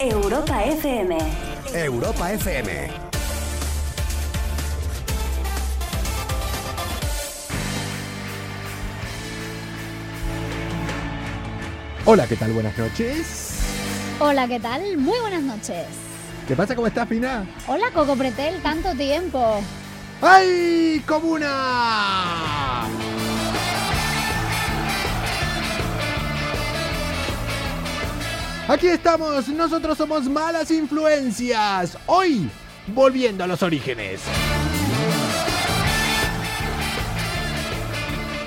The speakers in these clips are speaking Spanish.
Europa FM. Europa FM. Hola, ¿qué tal? Buenas noches. Hola, ¿qué tal? Muy buenas noches. ¿Qué pasa? ¿Cómo estás, Pina? Hola, Coco Pretel, tanto tiempo. ¡Ay, comuna! Aquí estamos, nosotros somos Malas Influencias. Hoy, volviendo a los orígenes.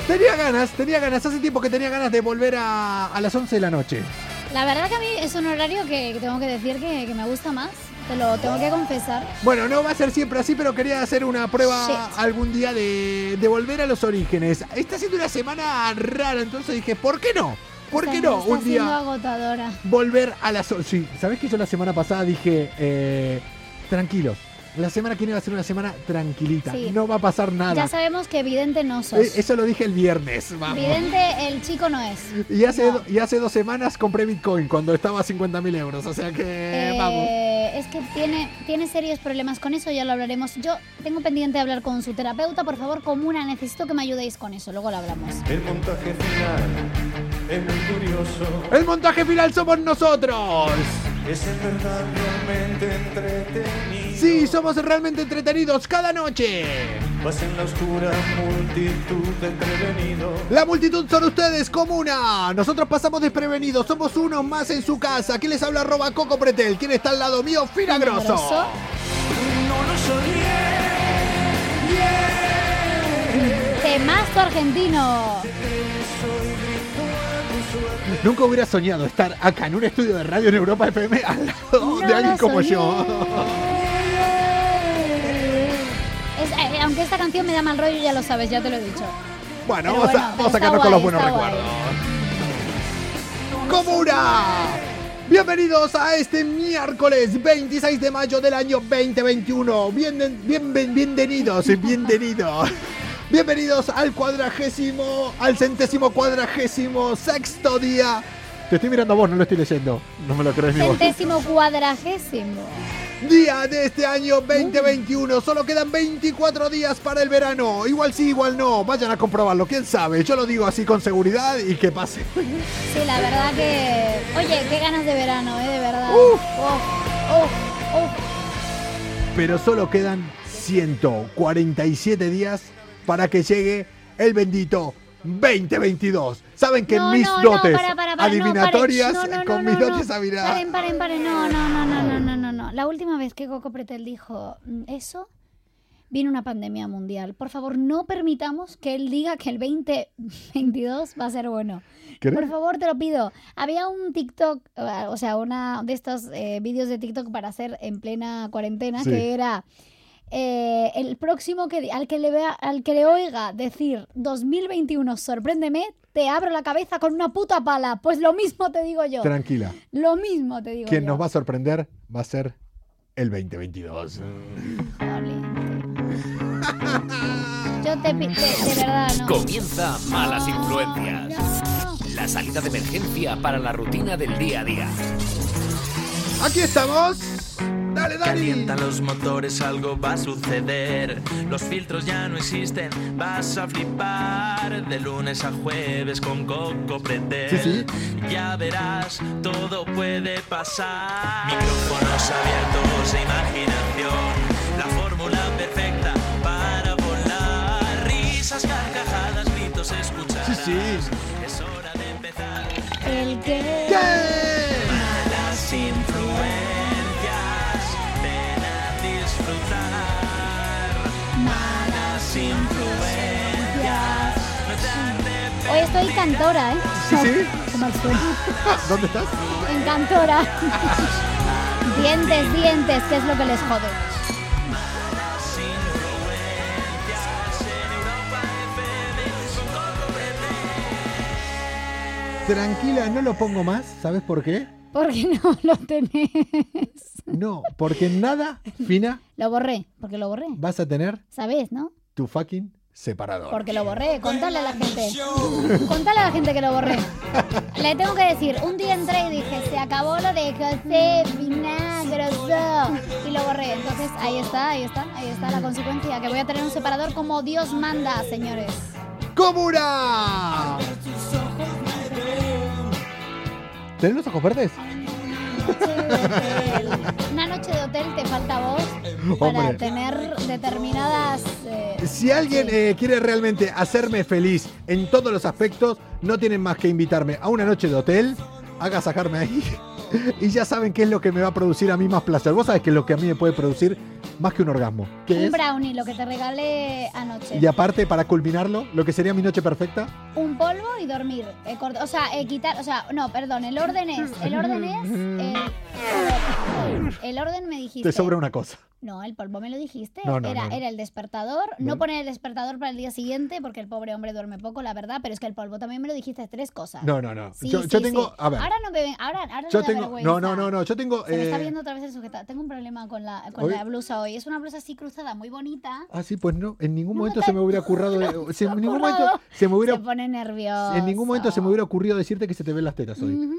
Tenía ganas, tenía ganas, hace tiempo que tenía ganas de volver a, a las 11 de la noche. La verdad que a mí es un horario que que tengo que decir que, que me gusta más. Te lo tengo que confesar. Bueno, no va a ser siempre así, pero quería hacer una prueba Shit. algún día de, de volver a los orígenes. Está siendo una semana rara, entonces dije, ¿por qué no? ¿Por qué Está- no? está Un siendo día agotadora. volver a las... o- Sí, ¿sabés que yo la semana pasada dije, eh, tranquilos, la semana que viene va a ser una semana tranquilita, Sí. no va a pasar nada. Ya sabemos que vidente no Eh, sos. Eso lo dije el viernes, vamos. Vidente el chico no es. Y hace, No. y hace dos semanas compré Bitcoin cuando estaba a 50 mil euros, o sea que Eh, vamos. es que tiene, tiene serios problemas con eso, ya lo hablaremos. Yo tengo pendiente de hablar con su terapeuta, por favor, comuna, necesito que me ayudéis con eso, luego lo hablamos. El montaje final es muy curioso. El montaje final somos nosotros. Es en verdad realmente entretenido. Sí, somos realmente entretenidos cada noche. Vas en la oscura multitud de prevenidos. La multitud son ustedes, comuna. Nosotros pasamos desprevenidos, somos unos más en su casa. ¿Quién les habla? Arroba Coco Pretel. ¿Quién está al lado mío? Fina Grosso. Grosso. No lo soñé. Temazo argentino. Nunca hubiera soñado estar acá en un estudio de radio en Europa FM al lado de No alguien lo como soñé. yo. Es- eh, aunque esta canción me da mal rollo, ya lo sabes, ya te lo he dicho. Bueno, Pero vamos, bueno, a, pero vamos a está sacarnos con guay, los buenos está guay. recuerdos. ¡Comuna! Bienvenidos a este miércoles 26 de mayo del año 2021. Bien, bien, bien- bienvenidos, bienvenidos. Bienvenidos al cuadragésimo, al centésimo cuadragésimo sexto día. Te estoy mirando a vos, no lo estoy leyendo. No me lo crees ni vos. Centésimo cuadragésimo. Día de este año 2021. Solo quedan 24 días para el verano. Igual sí, igual no. Vayan a comprobarlo. ¿Quién sabe? Yo lo digo así con seguridad y que pase. Sí, la verdad que. Oye, qué ganas de verano, ¿eh? De verdad. Uf. Oh, oh, oh. Pero solo quedan 147 días para que llegue el bendito 2022. Saben que No, mis no, no, dotes para, para, para, no, adivinatorias paren. No, no, con no, mis no, dotes no. habilidad- Paren, paren, paren. No, no, no, no, no, no, no, no. La última vez que Coco Pretel dijo mm, eso, vino una pandemia mundial. Por favor, no permitamos que él diga que el 2022 va a ser bueno. ¿Querés? Por favor, te lo pido. Había un TikTok, eh, o sea, una de estos eh, vídeos de TikTok para hacer en plena cuarentena Sí. que era eh, el próximo que di- al que le vea, al que le oiga decir 2021 sorpréndeme, te abro la cabeza con una puta pala. Pues lo mismo te digo yo. Tranquila. lo mismo te digo Quien yo. nos va a sorprender va a ser el 2022. Yo te, pi- te- de verdad no. Comienza Malas Influencias. No. La salida de emergencia para la rutina del día a día. Aquí estamos. Dale, Dani. Calientan los motores, algo va a suceder. Los filtros ya no existen, vas a flipar. De lunes a jueves con Coco Pretel. Sí, sí. Ya verás, todo puede pasar. Micrófonos abiertos e imaginación. La fórmula perfecta para volar. Risas, carcajadas, gritos, escuchar. Sí, sí. Es hora de empezar. El que. ¿Qué? Las influencias, ven a disfrutar. Malas influencias. Hoy estoy cantora, ¿eh? Sí, sí. Qué mal suena. ¿Dónde estás? En cantora. dientes, dientes, que es lo que les jode. Tranquila, no lo pongo más. ¿Sabes por qué? Porque no lo tenés. No, porque en nada, Fina, Lo borré, porque lo borré. vas a tener ¿Sabes, no? tu fucking separador. Porque lo borré, contale a la gente. Contale a la gente que lo borré. Le tengo que decir, un día entré y dije, se acabó lo de José Vinagroso. Y lo borré. Entonces, ahí está, ahí está, ahí está la consecuencia, que voy a tener un separador como Dios manda, señores. ¡Comuna! ¿Tenés los ojos verdes? Una noche de hotel te falta voz para Hombre. tener determinadas... eh, Si alguien sí. eh, quiere realmente hacerme feliz en todos los aspectos, no tienen más que invitarme a una noche de hotel, haga sacarme ahí. Y ya saben qué es lo que me va a producir a mí más placer. Vos sabés que lo que a mí me puede producir más que un orgasmo. ¿Qué un es? brownie, lo que te regalé anoche. Y aparte, para culminarlo, lo que sería mi noche perfecta. Un polvo y dormir. Eh, corta- o sea, eh, quitar. O sea, no, perdón, el orden es. El orden es. eh, el orden me dijiste. Te sobra una cosa. No, el polvo me lo dijiste. No, no, era, no, no. era el despertador. No No. poner el despertador para el día siguiente, porque el pobre hombre duerme poco, la verdad. Pero es que el polvo también me lo dijiste tres cosas. No, no, no. Ah. Sí, yo sí, yo sí. tengo. A ver. Ahora no me ven. Ahora, ahora yo me da tengo. No, no, vergüenza. no, no. Yo tengo. Se me está eh, viendo otra vez el sujetador. Tengo un problema con la, con Hoy- la blusa hoy. Es una blusa así cruzada, muy bonita. Ah, sí, pues no. En ningún No momento te- se me hubiera ocurrido. de- se- en ningún momento se me hubiera. Se pone nervioso. En ningún momento se me hubiera ocurrido decirte que se te ven las tetas hoy. Ujú.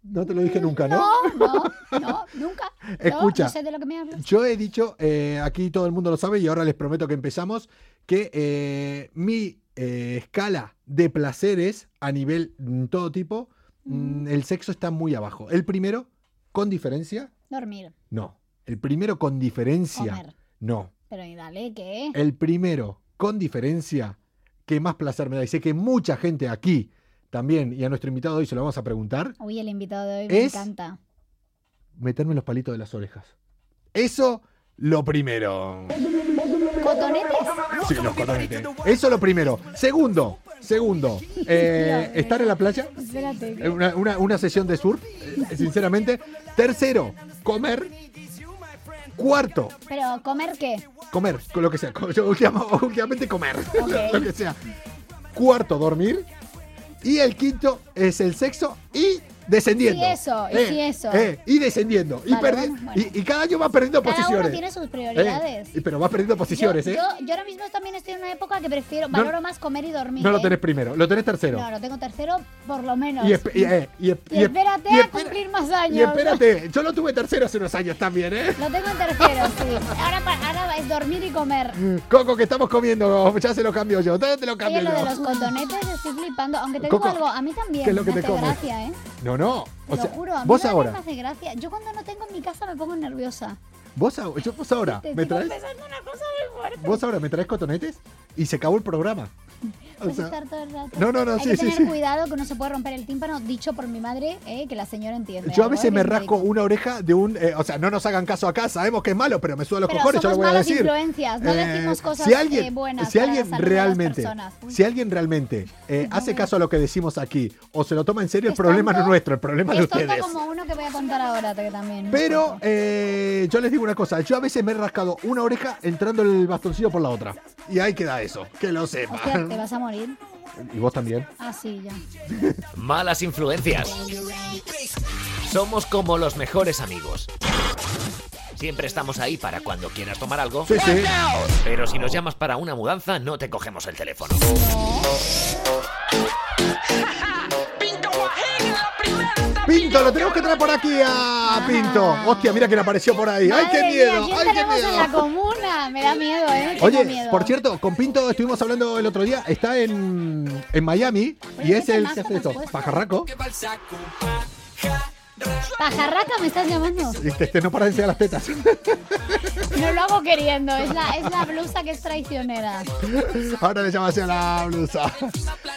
No te lo dije nunca, ¿no? Mm. No, no, no, nunca. No, Escucha. No, sé de lo que me hablas. Yo he dicho, eh, aquí todo el mundo lo sabe y ahora les prometo que empezamos, que eh, mi eh, escala de placeres a nivel mm, todo tipo, mm, el sexo está muy abajo. El primero, con diferencia, Dormir, no. El primero con diferencia, comer. no. Pero y dale, ¿qué? El primero con diferencia que más placer me da, y sé que mucha gente aquí también, y a nuestro invitado hoy se lo vamos a preguntar, Uy, el invitado de hoy me Es- encanta. meterme los palitos de las orejas. Eso, lo primero. ¿Cotonetes? Sí, los cotonetes. Eso lo primero. Segundo, segundo, eh, estar en la playa, Espérate. eh, una, una- una sesión de surf, eh, sinceramente. Tercero, comer. Cuarto, Pero, ¿comer qué? comer, con lo que sea. Con- Yo última- últimamente comer, Ok. lo que sea. Cuarto, dormir. Y el quinto es el sexo y descendiendo. Eh, Y eso, y sí, eso. y descendiendo. y, Vale, perdi- bueno, bueno. Y, y cada año va perdiendo Cada posiciones. uno tiene sus Eh, prioridades. y- pero va perdiendo posiciones, yo, ¿eh? yo, yo ahora mismo también estoy en una época que prefiero, No- valoro más comer y dormir. No lo ¿eh? tenés primero, lo tenés tercero. No, lo tengo tercero, por lo menos. Y, esp- y, eh, y esp- Y y esp- espérate y a espera- cumplir más años. Y espérate, yo lo tuve tercero hace unos años también, ¿eh? Lo tengo en tercero, sí. Ahora, pa- ahora es dormir y comer. Coco, que estamos comiendo, ya se lo cambio yo, ya te lo Oye, cambio lo yo. de los cotonetes estoy flipando. Aunque te digo Coco, algo, a mí también ¿qué es lo que me te hace comes? gracia, ¿eh? No, no, o lo sea, juro, a mí vos me ahora, hace gracia. Yo cuando no tengo en mi casa me pongo nerviosa. vos, a- yo- vos ahora, Te Ah, me estoy traes, confesando una cosa muy fuerte. vos ahora me traes cotonetes y se acabó el programa. O Puedes sea, estar todo el rato. no, no, no, Hay sí, que sí, tener sí. cuidado que no se puede romper el tímpano, dicho por mi madre, eh, que la señora entiende. yo a algo, veces eh, me que rasco digo. una oreja de un, eh, o sea, no nos hagan caso acá, sabemos que es malo, pero me suda los Pero cojones, yo lo somos voy a malas decir. influencias, no Eh, decimos cosas si alguien, eh, buenas. si para alguien la salud de las realmente, personas. Uy, si alguien realmente eh, No hace me- caso a lo que decimos aquí o se lo toma en serio, el es problema no es tonto- nuestro, el problema es de es tonto ustedes. como uno que voy a contar ahora, que también. Pero eh, yo les digo una cosa, yo a veces me he rascado una oreja entrando el bastoncillo por la otra. Y ahí queda eso, que lo Hostia, te sepan. vas a morir. Y vos también. Ah, sí, ya. Malas influencias. Somos como los mejores amigos. Siempre estamos ahí para cuando quieras tomar algo. Sí, sí. Pero si nos llamas para una mudanza, no te cogemos el teléfono. Pinto, lo tenemos que traer por aquí a Pinto. Hostia, mira quién apareció por ahí. ¡Ay, qué Madre miedo! mía, ¿quién ¡Ay, qué tenemos en la miedo! comuna? Me da miedo, ¿eh? Tengo Oye, miedo. por cierto, con Pinto estuvimos hablando el otro día. Está en, en Miami y Oye, es qué el temazo ¿qué hace te has esto? puesto. pajarraco. Pajarraca me estás llamando. Este, este, no para de enseñar las tetas. No lo hago queriendo. Es la, es la blusa que es traicionera. Ahora le llamas a la blusa.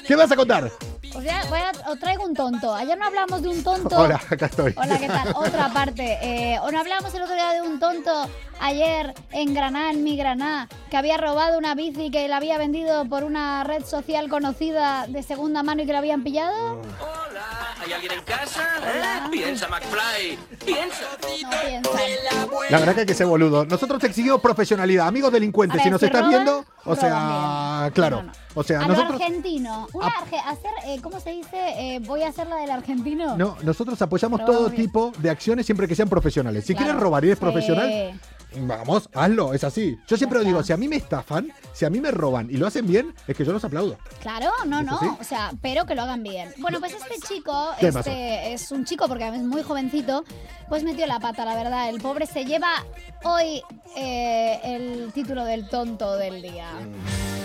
¿Qué vas a contar? O sea, voy a- o traigo un tonto. Ayer no hablamos de un tonto. Hola, acá estoy. Hola, ¿qué tal? Otra parte. Eh, o no hablamos el otro día de un tonto ayer en Granada, en mi Granada, que había robado una bici que la había vendido por una red social conocida de segunda mano y que la habían pillado. Ah. Hola, Ah, ¿hay alguien en casa? ¿Eh? Piensa, McFly. Piensa. No piensan. La verdad que hay que ser boludo. Nosotros te exigimos profesionalidad. Amigos A delincuentes, ver, si nos si estás roban, viendo, o roban sea, bien. claro. No, no. O sea, a lo nosotros. argentino. Una Ah. arge- hacer, eh, ¿Cómo se dice? Eh, voy a hacer la del argentino. No, nosotros apoyamos Robamos todo bien. tipo de acciones siempre que sean profesionales. Si Claro. quieres robar y eres Sí. profesional, Vamos, hazlo, es así. Yo siempre lo digo, si a mí me estafan, si a mí me roban y lo hacen bien, es que yo los aplaudo. Claro, no, ¿Eso no. sí? O sea, pero que lo hagan bien. Bueno, pues este chico, ¿Qué este pasó? es un chico porque además es muy jovencito, pues metió la pata, la verdad. El pobre se lleva hoy eh, el título del tonto del día. Mm.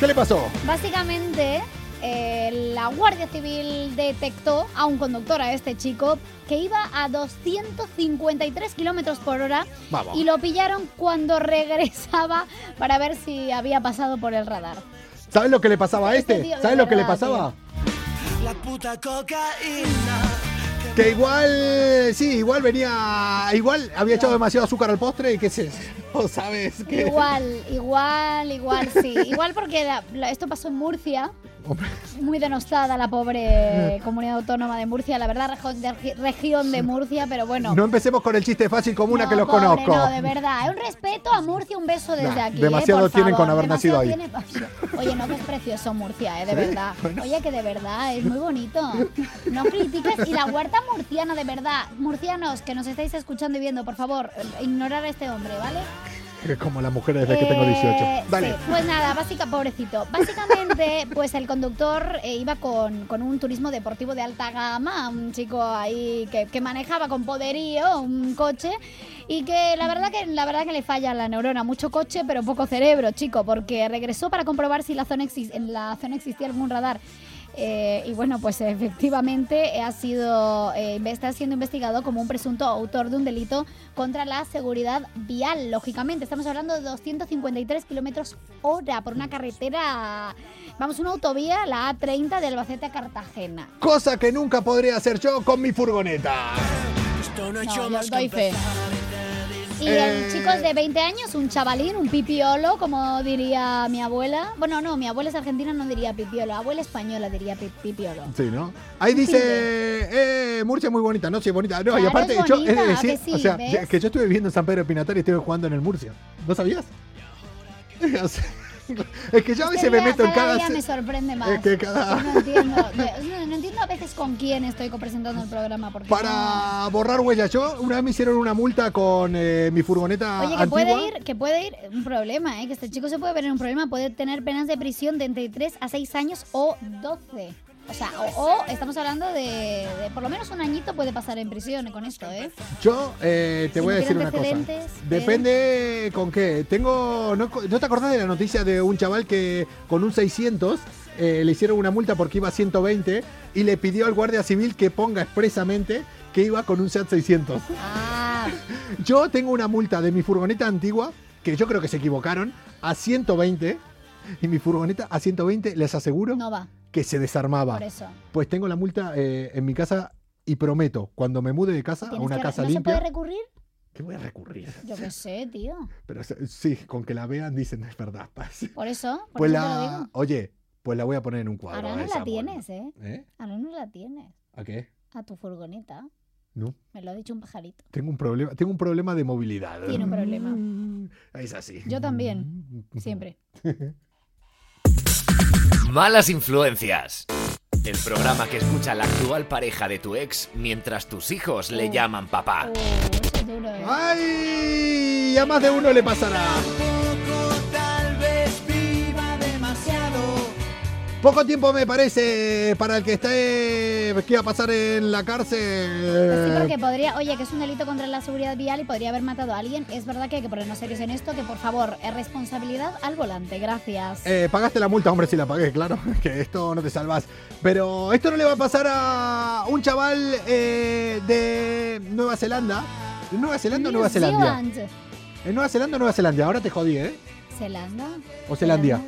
¿Qué le pasó? Básicamente, eh, la Guardia Civil detectó a un conductor, a este chico, que iba a 253 kilómetros por hora Vamos. y lo pillaron cuando regresaba para ver si había pasado por el radar. ¿Sabes lo que le pasaba a Este este? tío, de ¿Sabes lo que le verdad, pasaba? La puta cocaína. Que igual, sí, igual venía, igual había echado demasiado azúcar al postre y qué sé, no sabes qué. Igual, igual, igual, sí. Igual porque la- la- esto pasó en Murcia. Hombre, Muy denostada la pobre Mm. comunidad autónoma de Murcia, la verdad, rejo- de- región de Murcia, pero bueno. no. empecemos con el chiste fácil como una No, que los pobre, conozco. No, de verdad. Un respeto a Murcia, un beso desde Nah, aquí. demasiado eh, por tienen favor. con haber Demasiado nacido tiene- Oye, no, que es precioso Murcia, eh, de verdad. Oye, que de verdad, es muy bonito. No critiques. Y la huerta murciana, de verdad. Murcianos que nos estáis escuchando y viendo, por favor, eh, ignorar a este hombre, ¿vale? Que Como las mujeres desde que tengo 18. Eh, Dale. sí, pues nada, básica, pobrecito. Básicamente, pues el conductor eh, iba con, con un turismo deportivo de alta gama, un chico ahí que, que manejaba con poderío un coche y que la verdad que la verdad que le falla la neurona, mucho coche pero poco cerebro, chico, porque regresó para comprobar si la zona exis- en la zona existía algún radar. Eh, y bueno, pues efectivamente eh, ha sido, eh, inve- está siendo investigado como un presunto autor de un delito contra la seguridad vial. Lógicamente, estamos hablando de 253 kilómetros hora por una carretera, vamos, una autovía, la A30 de Albacete a Cartagena. Cosa que nunca podría hacer yo con mi furgoneta. No, yo os doy fe. Y Eh. el chico es de 20 años, un chavalín, un pipiolo, como diría mi abuela. Bueno, no, mi abuela es argentina, no diría pipiolo, abuela española diría pi- pipiolo. Sí, ¿no? Ahí dice, eh, Murcia es muy bonita, no, sí, es bonita. No, y Claro, aparte, es yo he de bonita, decir, que sí, o sea, ¿ves? ya- que yo estuve viviendo en San Pedro de Pinatar y estuve jugando en el Murcia. ¿No sabías? O sea, es que yo a veces Este me día- meto en cada cada. día se- me sorprende más. Pues Es que cada- No entiendo, de- no, no entiendo a veces con quién estoy presentando el programa. Porque no- Para borrar huellas, yo una vez me hicieron una multa con eh, mi furgoneta Oye, que antigua. puede, ir, que puede ir un problema, ¿eh? que este chico se puede ver en un problema, puede tener penas de prisión de entre 3 a 6 años o 12. O sea, o, o estamos hablando de, de por lo menos un añito puede pasar en prisión con esto, ¿eh? Yo eh, te Si voy a no decir tiene una cosa. antecedentes, Depende con qué. Tengo. ¿no, co- ¿no te acordás de la noticia de un chaval que con un 600 eh, le hicieron una multa porque iba a 120 y le pidió al guardia civil que ponga expresamente que iba con un SEAT 600? Ah, Yo tengo una multa de mi furgoneta antigua, que yo creo que se equivocaron, a 120. Y mi furgoneta a 120, les aseguro no va, que se desarmaba. por eso. Pues tengo la multa eh, en mi casa y prometo, cuando me mude de casa a Tienes una que- casa ¿No se limpia. puede recurrir? ¿Qué voy a recurrir? Yo qué sé, tío. Pero se- sí, con que la vean dicen es verdad, Paz. Por eso, por Pues eso te lo digo. la. Oye, pues la voy a poner en un cuadro. Ahora a no esa multa. la tienes, ¿eh? ¿Eh? Ahora no la tienes. ¿A qué? A tu furgoneta. No. Me lo ha dicho un pajarito. Tengo un problema, tengo un problema de movilidad. Mm, Tiene un problema. Es así. Mm. Yo también. Siempre. Malas influencias. El programa que escucha la actual pareja de tu ex mientras tus hijos le llaman papá. Ah. Uh, eso es duro, ¿eh? ¡Ay! Y a más de uno le pasará. Tal vez viva demasiado. Poco tiempo me parece para el que esté. que va a pasar en la cárcel. Pues sí, porque podría, oye, que es un delito contra la seguridad vial y podría haber matado a alguien. Es verdad que hay que ponernos serios en esto, que por favor, es responsabilidad al volante, gracias. Eh, pagaste la multa, hombre, si la pagué, claro, que esto no te salvas. Pero esto no le va a pasar a un chaval eh, de Nueva Zelanda. ¿En ¿Nueva Zelanda o Nueva New Zelandia? Zealand. ¿En Nueva Zelanda o Nueva Zelandia? Ahora te jodí, ¿eh? ¿Zelanda? O Zelandia.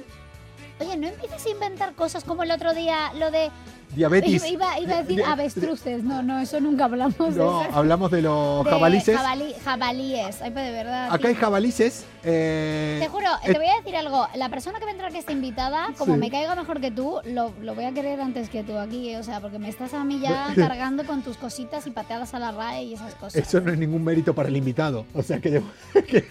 Oye, no empieces a inventar cosas como el otro día, lo de... Diabetes. Iba, iba a decir Di- avestruces, no, no, eso nunca hablamos de No, eso. hablamos de los De jabalices. jabalí- jabalíes, ay, pero de verdad. Acá hay sí. jabalices. eh, Te juro, eh, te voy a decir algo. La persona que va a entrar que está invitada, como Sí. me caiga mejor que tú, lo, lo voy a querer antes que tú aquí, eh, o sea, porque me estás a mí ya cargando con tus cositas y pateadas a la RAE y esas cosas. Eso no es ningún mérito para el invitado. O sea, que, debo- que,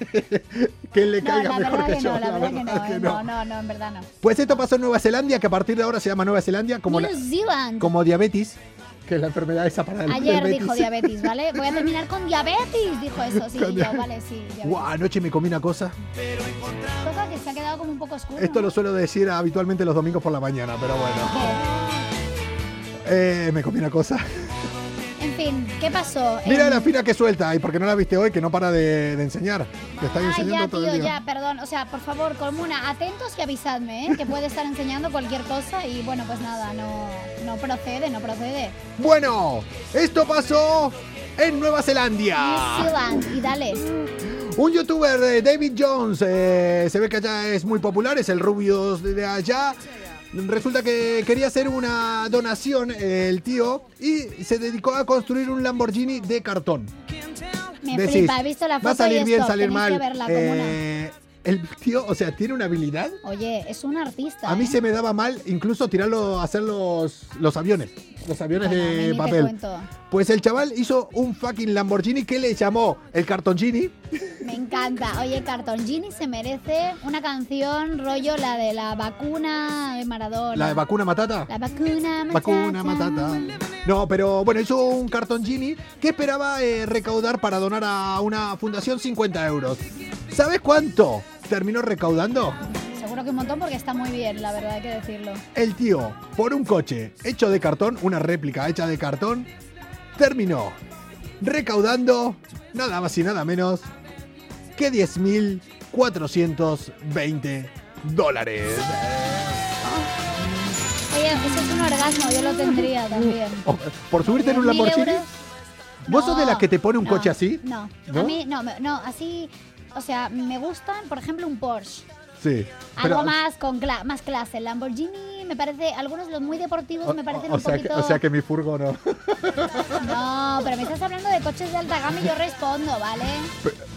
que le No, caiga la mejor verdad que, que yo. no, la verdad que no, que eh, no, no, no, en verdad no. Pues esto pasó en Nueva Zelanda, que a partir de ahora se llama Nueva Zelandia como, la- New Zealand. como diabetes. que es la enfermedad esa para el Ayer el dijo Betis. diabetes, ¿vale? Voy a terminar con diabetes, dijo eso, sí. Con yo, diabetes. vale, sí. diabetes. Guau, anoche me comí una cosa. Cosa que se ha quedado como un poco oscuro. Esto ¿no? lo suelo decir habitualmente los domingos por la mañana, pero bueno. Eh, me comí una cosa. En fin, ¿qué pasó? Mira En- la fina que suelta, y porque no la viste hoy, que no para de, de enseñar. Te está Ah, enseñando ya, todo tío, el día. ya, perdón. O sea, por favor, Colmuna, atentos y avisadme, ¿eh? Que puede estar enseñando cualquier cosa y bueno, pues nada, no, no procede, no procede. Bueno, esto pasó en Nueva New Zelanda. Zealand, y dale. Un youtuber, eh, David Jones, eh, se ve que allá es muy popular, es el rubio de allá. Resulta que quería hacer una donación eh, el tío y se dedicó a construir un Lamborghini de cartón. Me Decís, flipa, he visto la foto Va a salir y bien, esto, salir tenéis mal. que verla, Colmuna. Eh, el tío, o sea, tiene una habilidad. Oye, es un artista, A mí ¿eh? se me daba mal incluso tirarlo, hacer los, los aviones, los aviones Bueno, a mí ni de te papel. cuento. Pues el chaval hizo un fucking Lamborghini que le llamó el Cartongini. Me encanta. Oye, Cartón Gini se merece una canción rollo la de la vacuna de Maradona. La de vacuna matata. La vacuna matata. Vacuna matata. No, pero bueno, hizo un Cartongini que esperaba eh, recaudar para donar a una fundación 50 euros. ¿Sabes cuánto terminó recaudando? Seguro que un montón porque está muy bien, la verdad hay que decirlo. El tío, por un coche hecho de cartón, una réplica hecha de cartón, terminó recaudando nada más y nada menos que 10.420 dólares. Oye, eso es un orgasmo, yo lo tendría también. Oh, ¿Por subirte en un 10.000 Lamborghini? euros. ¿Vos sos de No, las que te pone un no, coche así? No. ¿No? A mí, no, me- no, así. O sea, me gustan, por ejemplo, un Porsche. Sí. Algo más con cla- más clase. El Lamborghini me parece, algunos los muy deportivos me parecen o, un sea poquito. que, o sea que mi furgo no. No, pero me estás hablando de coches de alta gama y yo respondo, ¿vale?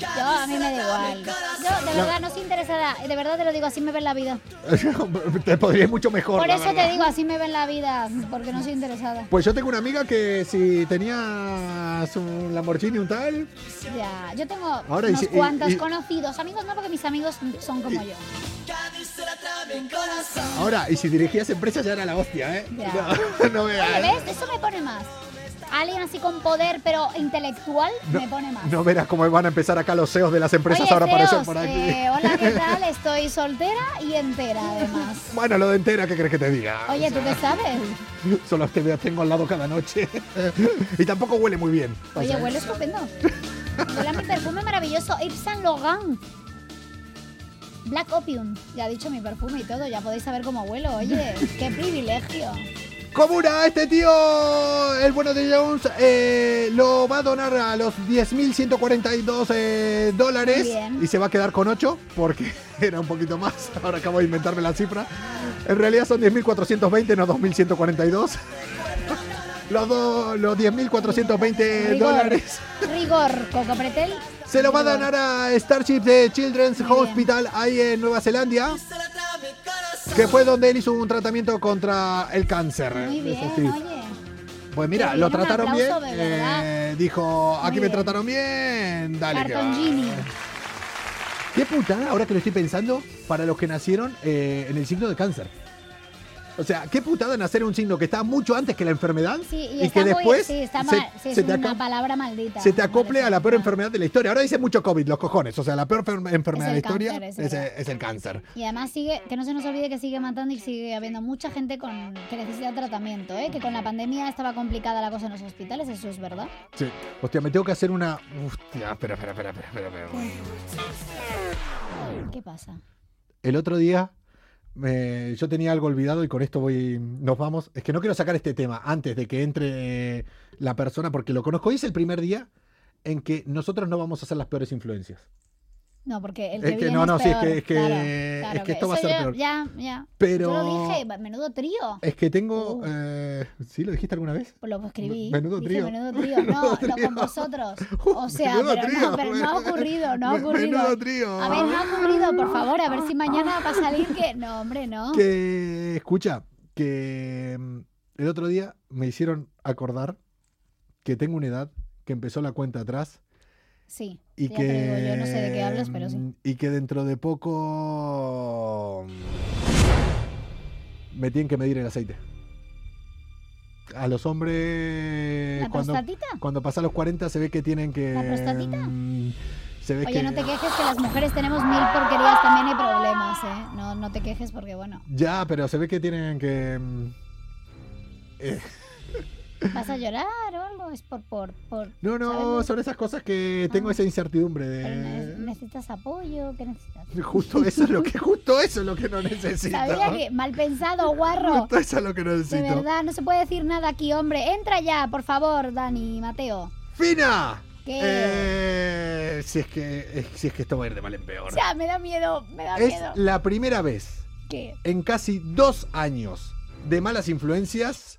Yo a mí me da igual. Yo de verdad no estoy interesada, de verdad te lo digo, así me ven la vida. te podría ir mucho mejor. Por la eso te verdad. digo, así me ven la vida, porque no soy interesada. Pues yo tengo una amiga que si tenías un Lamborghini un tal, Ya, yo tengo Ahora, y unos si- y- cuantos y- conocidos, amigos no, porque mis amigos son como yo. Ahora, y si dirigías empresas ya era la hostia, ¿eh? Ya. No, ah, no Oye, veas. ¿ves? Eso me pone más. Alguien así con poder, pero intelectual, me pone más. No verás cómo van a empezar acá los CEOs de las empresas Oye, ahora aparecen feos, por aquí. eh, hola, ¿qué tal? Estoy soltera y entera, además. Bueno, lo de entera, ¿qué crees que te diga? Oye, ¿tú qué sabes? Solo te veo- tengo al lado cada noche. y tampoco huele muy bien. O Oye, sea, huele estupendo. Huele a mi perfume maravilloso, Yves Saint Laurent. Black Opium. Ya he dicho mi perfume y todo, ya podéis saber cómo huelo. Oye, qué privilegio. Comuna, este tío, el bueno de Jones, eh, lo va a donar a los 10.142 eh, dólares Muy bien. y se va a quedar con 8 porque era un poquito más. Ahora acabo de inventarme la cifra. En realidad son 10.420, no 2.142. Los, do- los 10.420 Rigor. dólares Rigor, Coco Pretel. se lo va a Rigor. donar a Starship de Children's Muy bien. Hospital ahí en Nueva Zelanda, que fue donde él hizo un tratamiento contra el cáncer. Muy bien, Eso sí. oye. Pues mira, Qué lo bien, un trataron bien. aplauso de verdad. eh, dijo, aquí Muy me bien. trataron bien. Dale. que va. Cartongini. Qué putada, ahora que lo estoy pensando, para los que nacieron eh, en el signo de cáncer. O sea, qué putada nacer en un signo que está mucho antes que la enfermedad Sí, y, y, está que muy- después sí, está se- mal. Sí, se es te una aco- palabra maldita. se te acople Parece a la peor una- enfermedad de la historia. Ahora dice mucho COVID, los cojones. O sea, la peor enfer- enfermedad el de la historia cáncer, es es, verdad. es el cáncer. Y además sigue, que no se nos olvide que sigue matando y sigue habiendo mucha gente con, que necesita tratamiento, ¿eh? que con la pandemia estaba complicada la cosa en los hospitales, eso es verdad. Sí. Hostia, me tengo que hacer una. Hostia, espera, espera, espera, espera, espera, espera. ¿Qué pasa? El otro día me- yo tenía algo olvidado y con esto voy. Nos vamos. Es que no quiero sacar este tema antes de que entre eh, la persona, porque lo conozco. Hoy es el primer día en que nosotros no vamos a ser las peores influencias. No, porque el Es que, que viene no, no, es sí, es peor. que- es que- Claro, claro es que esto va a eso ser yo- peor. Ya, ya. Pero- Yo lo dije, menudo trío. Es que tengo. Uh. eh, ¿Sí lo dijiste alguna vez? Pues Lo escribí. Me- menudo dije, trío. Menudo trío. No, Menudo lo trío. con vosotros. Uh, O sea, menudo pero, trío, no, pero no ha men- ocurrido, no ha men- ocurrido. menudo trío. A ver, no ha ocurrido, por favor, a ver si mañana va a salir que. No, hombre, no. Que. Escucha, que. mm, El otro día me hicieron acordar que tengo una edad que empezó la cuenta atrás Sí. y ya que. te digo, yo no sé de qué hablas, pero sí. mm, Y que dentro de poco. mm, Me tienen que medir el aceite. a los hombres. ¿La cuando, prostatita? Cuando pasan los 40 se ve que tienen que. ¿La prostatita? mm, Se ve Oye, que. no te quejes que las mujeres tenemos mil porquerías, también hay problemas, ¿eh? No, no te quejes porque, bueno, Ya, pero se ve que tienen que. mm, eh, ¿vas a llorar o algo? Es por... por, por No, no, ¿sabes? son esas cosas que tengo Ah. esa incertidumbre Pero ne- de. necesitas apoyo, ¿qué necesitas? Justo eso es lo que, justo eso es lo que no necesito. Sabía que... Mal pensado, guarro. Justo eso es lo que no De necesito. verdad, no se puede decir nada aquí, hombre. Entra ya, por favor, Dani, Mateo. ¡Fina! ¿Qué? Eh, si, es que, eh, si es que esto va a ir de mal en O peor. sea, me da miedo, me da es miedo. la primera vez ¿Qué? en casi dos años de malas influencias,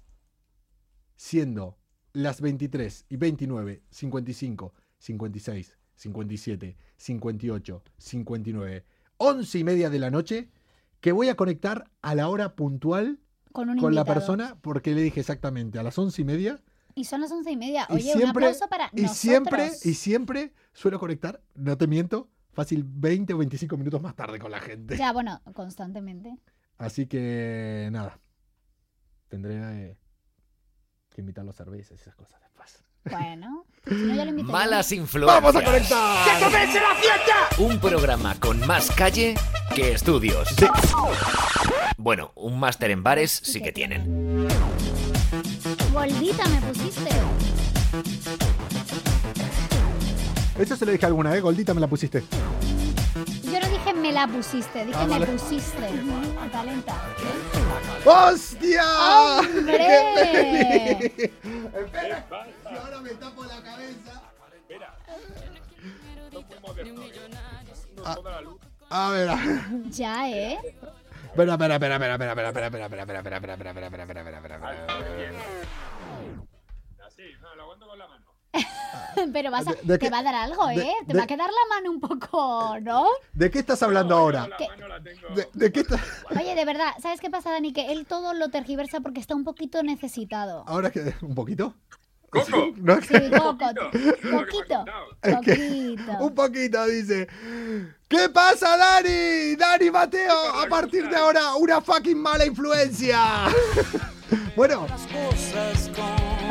siendo las 23 y 29, 55, 56, 57, 58, 59, 11 y media de la noche, que voy a conectar a la hora puntual Con un con la invitado. persona, porque le dije exactamente a las 11 y media, Y son las once y media. Y Oye, siempre- un aplauso para y nosotros. siempre, y siempre suelo conectar, no te miento, fácil 20 o 25 minutos más tarde con la gente. Ya, bueno, constantemente. Así que nada. Tendré eh, que invitar los cervezas y esas cosas después. Bueno, pues si no ya lo invito. Malas influencias. ¡Vamos a conectar! Un programa con más calle que estudios. Bueno, un máster en bares sí que tienen. Boldita me pusiste. Eso se lo dije alguna vez, Goldita me la pusiste. Yo no dije me la pusiste, dije Ah, me vale. pusiste. Talenta. ¡Oh, ¡Hostia! Ah, ¡Hombre! ¡Qué feliz! Espera, que ahora me tapo la cabeza. Ah, A, a ver, a ver. Ya, ¿eh? Espera, espera, espera, espera, espera, espera, espera, espera, espera, espera, espera, espera, espera, espera, espera, espera, espera. Pero vas a- ¿De- de te qué- va a dar algo, ¿eh? de- te de- va a quedar la mano un poco, ¿no? ¿De qué estás hablando ahora? Que- ¿De, de qué estás...? oye, de verdad, ¿sabes qué pasa, Dani? Que él todo lo tergiversa porque está un poquito necesitado. Ah. Ahora que... ¿Un poquito? Coco. ¿No? Sí, Coco. Coquito. Coquito. Coquito. Un poquito, dice. ¿Qué pasa, Dani? Dani Mateo, a partir de ahora, una fucking mala influencia. bueno,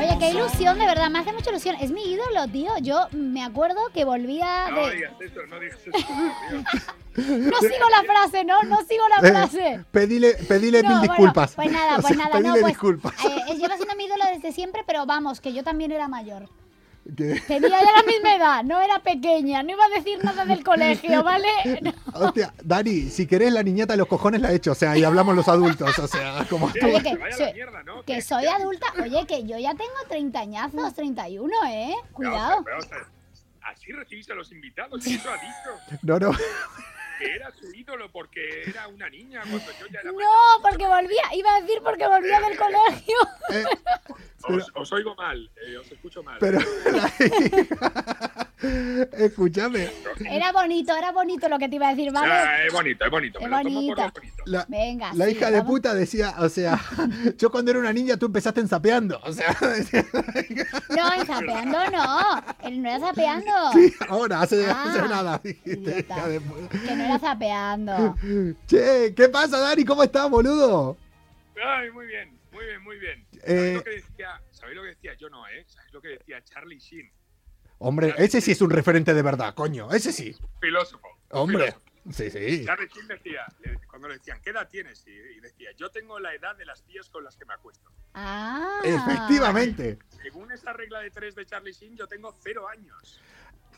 Oye, qué ilusión, de verdad, me hace mucha ilusión. Es mi ídolo, tío. Yo me acuerdo que volvía No de... digas eso, no digas eso. por Dios. No sigo la frase, no, no sigo la eh, frase. pedile, pedile No, mil bueno, disculpas. pues nada, O pues sea, nada, no, pedile pues, disculpas. eh, lleva siendo mi ídolo desde siempre, pero vamos, que yo también era mayor. Que- Tenía ya la misma edad, no era pequeña, no iba a decir nada del colegio, ¿vale? No. Hostia, Dani, si querés la niñata de los cojones la he hecho, o sea, y hablamos los adultos, o sea, como tú. Oye, que que vaya a la soy, mierda, ¿no? que Que- soy adulta. Oye, que yo ya tengo 30 añazos, 31, ¿eh? No, Cuidado. pero, o sea, Así recibís a los invitados, y eso ha dicho No, no. que era su ídolo porque era una niña cuando yo ya era No, porque volvía, iba a decir porque volvía del colegio. eh, mayor. Os, os oigo mal, eh, os escucho mal. pero, escúchame. Era bonito, era bonito lo que te iba a decir, ¿vale? Ah, es bonito, es bonito. Es me lo tomo por lo bonito. bonito. La, Venga, la sí, hija de vamos. puta decía, o sea, yo cuando era una niña tú empezaste en sapeando. O sea, decía, No, en sapeando no. Él no era sapeando. sí, ahora hace, Ah, hace nada. dijiste, idiota. hija de puta. Que no era sapeando. Che, ¿qué pasa, Dani? ¿Cómo estás, boludo? Ay, muy bien, muy bien, muy bien. Eh, ¿Sabéis lo que decía? ¿Sabéis lo que decía? Yo no, ¿eh? ¿Sabéis lo que decía Charlie Sheen? Hombre, ese sí es un referente de verdad, coño. Ese sí. Filósofo. un Hombre. filósofo. Sí, sí. Charlie Sheen decía, le- cuando le decían, ¿qué edad tienes? Y, y decía, yo tengo la edad de las tías con las que me acuesto. Ah. Efectivamente. Según esa regla de tres de Charlie Sheen, yo tengo cero años.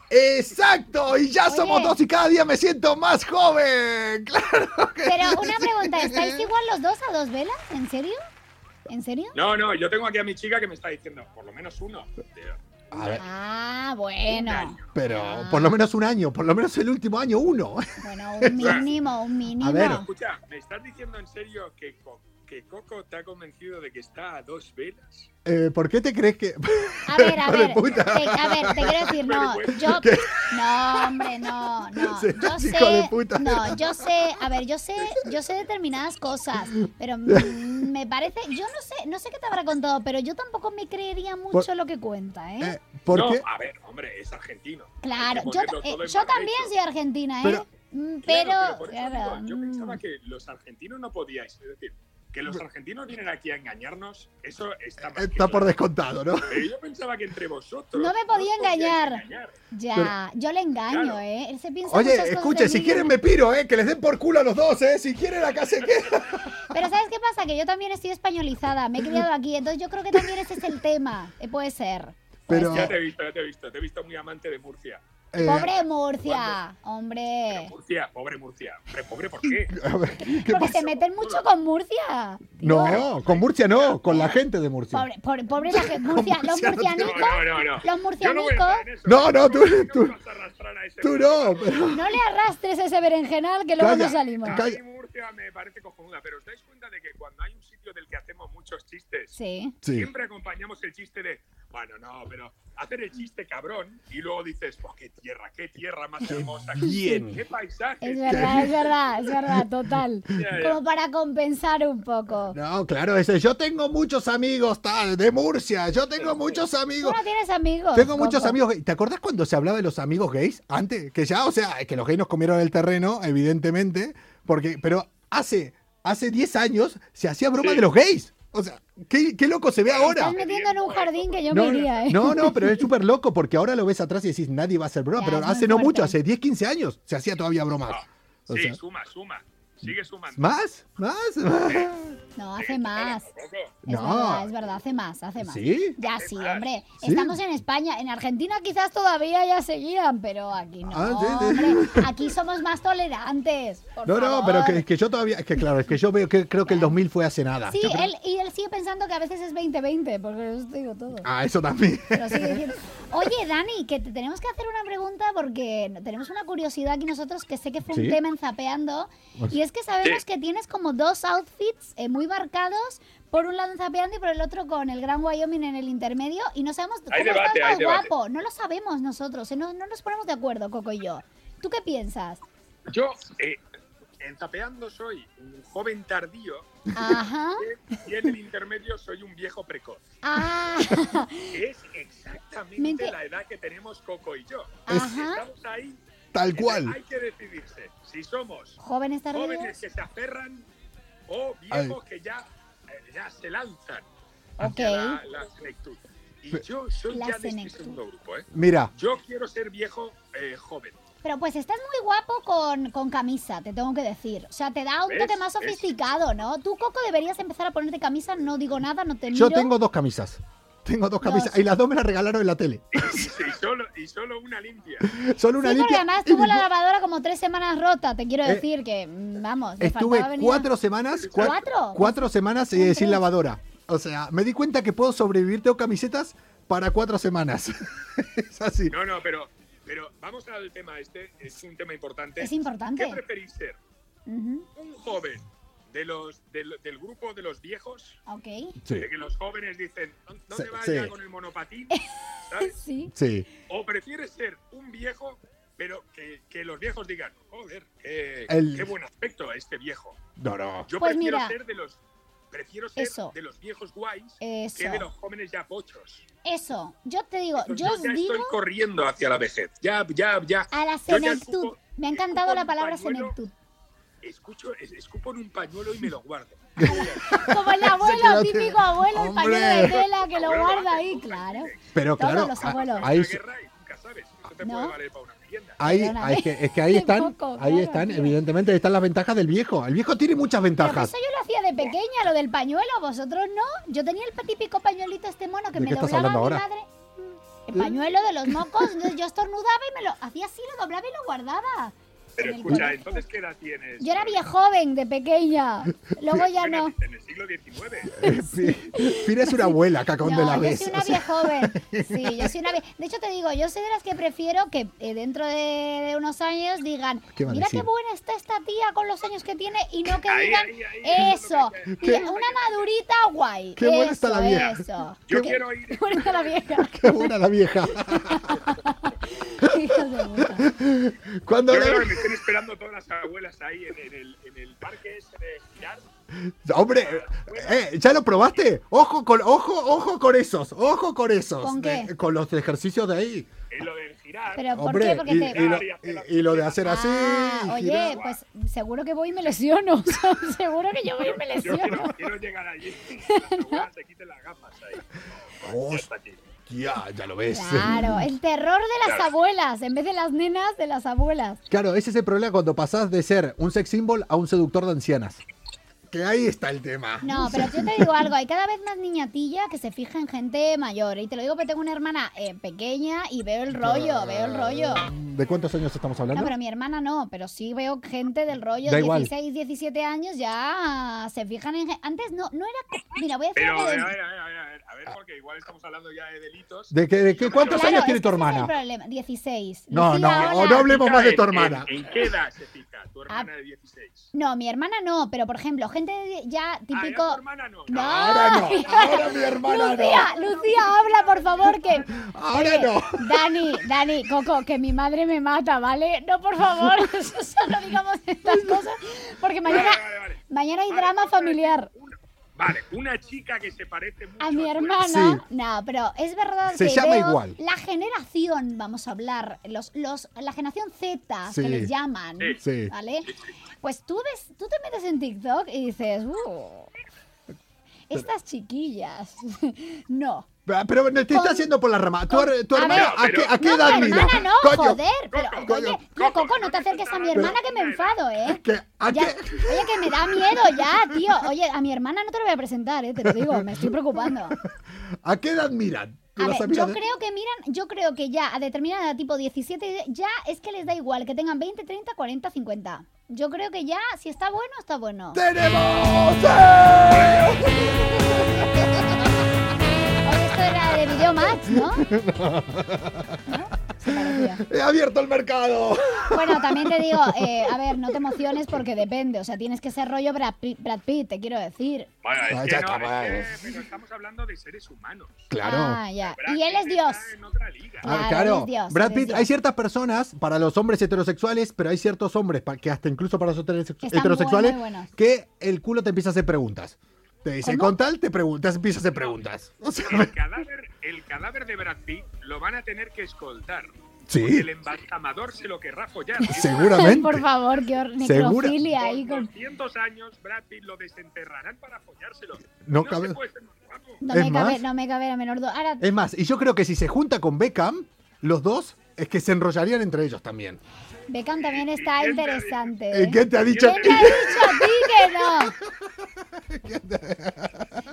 Exacto. Y ya Oye. somos dos y cada día me siento más joven. Claro que Pero sí. una pregunta, ¿estáis igual los dos a dos velas? ¿En serio? ¿En serio? No, no, yo tengo aquí a mi chica que me está diciendo, por lo menos uno. Tío, A ver, Ah, Eh. un bueno. año. Ah. pero por lo menos un año, por lo menos el último año, uno. Bueno, un mínimo, un mínimo. A ver. Escucha, ¿me estás diciendo en serio que, Co- que Coco te ha convencido de que está a dos velas? Eh, ¿Por qué te crees que.? A ver, a Hijo de ver, puta. te, a ver, te quiero decir, no, Pero, yo, no, hombre, no, no, yo Serás sé, hijo de puta. no, yo sé, a ver, yo sé, yo sé determinadas cosas, pero mm, me parece, yo no sé, no sé qué te habrá contado, pero yo tampoco me creería mucho lo que cuenta, ¿eh? Eh, ¿Por no, qué? a ver, hombre, es argentino. claro, Hay que yo, ponerlo ta- eh, todo en yo también barbecho. soy argentina, ¿eh? Pero- Mm, Pero, Claro, por eso claro, digo, yo pensaba mm. que los argentinos no podíais. Es decir, Que los argentinos vienen aquí a engañarnos, eso está más Eh, que Está por claro. descontado, ¿no? Pero yo pensaba que entre vosotros. No me os podía podíais engañar. Ya, yo le engaño, Claro. ¿eh? Él se piensa Oye, muchas cosas escuche, de si mí. quieren me piro, ¿eh? Que les den por culo a los dos, ¿eh? Si quieren acá se quedan. Pero ¿sabes qué pasa? Que yo también estoy españolizada, me he criado aquí, entonces yo creo que también ese es el tema. Eh, puede ser. puede Pero- Ya ser. te he visto, ya te he visto. Te he visto muy amante de Murcia. Eh, Pobre Murcia, hombre. Pero Murcia, pobre Murcia. Hombre, pobre, ¿por qué? a ver, ¿qué Porque pasa? se meten mucho con Murcia. tío. No, eh. con Murcia no, con la gente de Murcia. Pobre, pobre, pobre la gente. Murcia, los Murcia no te- No, murcianicos. No, Los murcianicos. no, no. no. Yo no voy a entrar en eso. no, tú- me tú- vas a arrastrar a ese Tú no, pero... No le arrastres a ese berenjenal que luego Calla, no salimos. A mí Calla. Murcia me parece cojonuda, pero ¿os dais cuenta de que cuando hay un sitio del que hacemos muchos chistes, Sí. Sí. siempre acompañamos el chiste de, bueno, no, pero hacer el chiste cabrón y luego dices, "Buah, qué tierra, qué tierra más hermosa, bien. qué paisaje. Es verdad, es verdad, es verdad, total. ya. Como para compensar un poco. No, claro, ese, yo tengo muchos amigos, tal, de Murcia, yo tengo muchos Tú amigos. no tienes amigos. Tengo muchos Coco. amigos gays. ¿Te acordás cuando se hablaba de los amigos gays? Antes, que ya, o sea, que los gays nos comieron el terreno, evidentemente, porque, pero hace, hace 10 años se hacía broma Sí. de los gays. O sea, qué, qué loco se ve ahora. Estás metiendo en un jardín que yo No, me iría, ¿eh? no, no, pero es súper loco porque ahora lo ves atrás y decís, nadie va a hacer broma, Ya, pero es hace muy no fuerte. mucho, hace 10, 15 años se hacía todavía bromas. Ah, O sí, sea, suma, suma, sigue sumando. ¿Más? ¿Más? No, hace más. Tampoco. Es No. verdad, es verdad, hace más, hace más. ¿Sí? Ya sí, más. hombre. Sí. Estamos en España. En Argentina quizás todavía ya seguían, pero aquí no. Ah, sí, sí. hombre. Aquí somos más tolerantes. por No, no, pero favor. que, que yo todavía, es que claro, es que yo veo que creo que el 2000 fue hace nada. Sí, Yo creo- él, y él sigue pensando que a veces es 2020, porque yo te digo todo. Ah, eso también. Pero sigue diciendo- Oye, Dani, que te tenemos que hacer una pregunta porque tenemos una curiosidad aquí nosotros que sé que fue un Sí. tema en Zapeando. Y es que sabemos Sí. que tienes como dos outfits eh, muy marcados. Por un lado en Zapeando y por el otro con el Gran Wyoming en el intermedio. Y no sabemos cómo Hay debate, estás hay más debate. guapo. No lo sabemos nosotros. eh, No, no nos ponemos de acuerdo, Coco y yo. ¿Tú qué piensas? Yo, eh, en Tapeando soy un joven tardío Ajá. y en el intermedio soy un viejo precoz. Ah, Es exactamente Mente- la edad que tenemos Coco y yo. ajá. Estamos ahí. Tal Entonces, cual. Hay que decidirse si somos Jóvenes jóvenes tardíos. que se aferran o viejos que ya, eh, ya se lanzan hacia Ok. la, la senectud. Y yo soy La ya de este senectud. segundo grupo. ¿eh? Mira, Yo quiero ser viejo eh, joven. Pero pues estás muy guapo con, con camisa, te tengo que decir. O sea, te da un ¿Ves? toque más ¿Ves? sofisticado, ¿no? Tú, Coco, deberías empezar a ponerte camisa, no digo nada, no te miro. yo tengo dos camisas. Tengo dos camisas. Dos. Y las dos me las regalaron en la tele. Y, y solo, y solo una limpia. Solo Sí, una porque limpia. además y tuvo la ningún- lavadora como tres semanas rota, te quiero Eh, decir que, mm, vamos, me faltaba Estuve venir a- cuatro semanas. cua- ¿Cuatro? Cuatro semanas eh, Son tres. sin lavadora. O sea, me di cuenta que puedo sobrevivir. Tengo camisetas para cuatro semanas. es así. No, no, pero, pero vamos al tema este. Es un tema importante. Es importante. ¿Qué preferís ser? Ujú, ¿Un joven de los, del, del grupo de los viejos? Ok. Sí. De que los jóvenes dicen, "¿Dó- ¿dónde Sí, vas sí. ya con el monopatín? ¿Sabes? Sí. Sí. ¿O prefieres ser un viejo, pero que, que los viejos digan, joder, qué, El- qué buen aspecto este viejo? No, no. Yo Pues prefiero mira. ser de los prefiero ser Eso. de los viejos guays que Eso. de los jóvenes ya pochos. Eso. Yo te digo, Pues yo os ya digo estoy corriendo hacia la vejez. Ya, ya, ya. a la Yo ya senectud. escupo- Me ha encantado escupo la en palabra un pañuelo, senectud. Escucho, es- escupo en un pañuelo y me lo guardo. Como el abuelo, quedaste- típico abuelo, el Hombre. pañuelo de tela que lo Abuelo, guarda hace ahí, cosas, claro. dice, Pero Todos claro, los a- abuelos. "Estamos en ahí, Ah, una guerra y nunca sabes. Eso te ¿No? puede valer para una merienda. ahí, Perdóname. ahí- es que, es que ahí Qué están, poco, ahí claro, están, tío. evidentemente, ahí están las ventajas del viejo. El viejo tiene muchas Pero que ventajas. eso yo lo hacía de pequeña, lo del pañuelo, vosotros no. Yo tenía el pa- típico pañuelito este mono ¿De que me qué estás doblaba mi hablando ¿Eh? ahora? madre. Mm, El pañuelo de los mocos, entonces yo estornudaba y me lo hacía así, lo doblaba y lo guardaba. Pero En el escucha, colegio. entonces, ¿qué edad tienes? Yo era vieja joven de pequeña, luego ya Bueno, no. En el siglo XIX. Fira es una abuela, cacón de la No, yo vez. soy o una sea. vieja joven. Sí, yo soy una vie- De hecho, te digo, yo soy de las que prefiero que eh, dentro de, de unos años digan, ¿Qué van a mira qué decir? buena está esta tía con los años que tiene y no que Ahí, digan ahí, ahí, eso es eso. lo que- Mira, ¿Qué? una madurita guay. Qué buena está Eso, la vieja. Eso. Yo Qué- quiero ir. qué buena está la vieja. Qué buena la vieja. Hijos de puta. Cuando Yo la- creo que me estén esperando todas las abuelas ahí en, en el, en el parque ese de girar. Hombre, eh, ¿ya lo probaste? Ojo con, ojo, ojo con esos, ojo con esos. ¿Con qué? Eh, con los ejercicios de ahí. En lo del girar. Pero ¿por Hombre, qué? Porque y, te... y lo, y- y lo de hacer así. Ah, y oye, girar. pues seguro que voy y me lesiono. seguro que yo voy Yo, y me yo quiero, lesiono. quiero llegar allí y que las seguras se quiten las gafas ahí. Ya está aquí. Hostia, ya lo ves. Claro, eh. el terror de las abuelas, en vez de las nenas, de las abuelas. Claro, ese es el problema cuando pasás de ser un sex symbol a un seductor de ancianas. Que ahí está el tema. No, pero yo te digo algo, hay cada vez más niñatilla que se fija en gente mayor. Y te lo digo porque tengo una hermana eh, pequeña y veo el rollo, veo el rollo. ¿De cuántos años estamos hablando? No, pero mi hermana no, pero sí veo gente del rollo Da de igual. 16, 17 años ya se fijan en... gen- Antes no, no era... co- Mira, voy a hacer Pero, eh, a algo ver, de- a ver, a ver, a ver, a ver, a ver, porque igual estamos hablando ya de delitos. ¿De, qué, de qué- cuántos Claro, años tiene es tu que ese es el hermana? problema, 16. No, Lucía, no, hola. no hablemos más de tu En- en- hermana. ¿En, qué edad se fija Ah. tu hermana de 16? No, mi hermana no, pero por ejemplo, gente de- ya Ah, típico... ya tu hermana no. No. Ahora no, ahora mi hermana no. Lucía, Lucía, habla, por favor, que... Ahora Oye, no. Dani, Dani, Coco, que mi madre me mata, ¿vale? No, por favor, no digamos estas cosas, porque Vale, mañana, vale, vale. mañana hay Vale, drama vamos a ver. familiar. Una- vale, una chica que se parece mucho A mi tu hermana, Sí. no, pero es verdad Se que llama veo igual. la generación, vamos a hablar, los, los, la generación Z, Sí. que les llaman, Sí. ¿vale? Pues tú, ves, tú te metes en TikTok y dices, "Uh, estas chiquillas, no. Ah, Pero te está Con- haciendo por la rama. Tu, con- her- tu a hermana, ver. ¿a qué, a qué No, edad mi mira? hermana no, Coño, joder. Pero, Coco, oye, coño, no, Coco, Coco, no te acerques a mi hermana que me enfado, ¿eh? ¿qué- ¿A Ya- qué? oye, que me da miedo ya, tío. Oye, a mi hermana no te lo voy a presentar, ¿eh? Te lo digo, me estoy preocupando. ¿A qué edad miran? A las ver, yo amigas de- creo que miran, yo creo que ya a determinada edad, tipo 17, ya es que les da igual que tengan 20, 30, 40, 50. Yo creo que ya, si está bueno, está bueno. ¡Tenemos! ¡Eh! Oye, esto era de Video Match, ¿no? ¿No? Se parecía. ¡He abierto el mercado! Bueno, también te digo, eh, a ver, no te emociones porque depende. O sea, tienes que ser rollo Brad Pitt, Brad Pitt, te quiero decir. Bueno, es Ah, que ya está, no, es vale. que, pero estamos hablando de seres humanos. Claro. Ah, ya. Brad Y él es Pitt Dios. está en otra liga. Ah, Claro, claro. eres Dios, Brad eres Pitt, Dios. hay ciertas personas, para los hombres heterosexuales, pero hay ciertos hombres, pa- que hasta incluso para los heterosex- Que están heterosexuales, muy, muy buenos. que el culo te empieza a hacer preguntas. Te dice, ¿Cómo? con tal, te preguntas, empieza a hacer preguntas. O sea, El cadáver, el cadáver de Brad Pitt lo van a tener que escoltar. Sí. Porque el embalsamador se lo querrá follar. seguramente. Por favor, que or- Segura. necrofilia ahí Con con... 200 años, Brad Pitt lo desenterrarán para follárselo. No se cabe- puede ser más guapo. No Es me, cabe, más- Eh, no me cabe la menor duda. Ahora, Es más, y yo creo que si se junta con Beckham, los dos, es que se enrollarían entre ellos también. Beckham también está ¿Quién te ha interesante. ¿Eh? ¿eh? ¿Qué te ha dicho? ¿Quién te ha dicho a ti que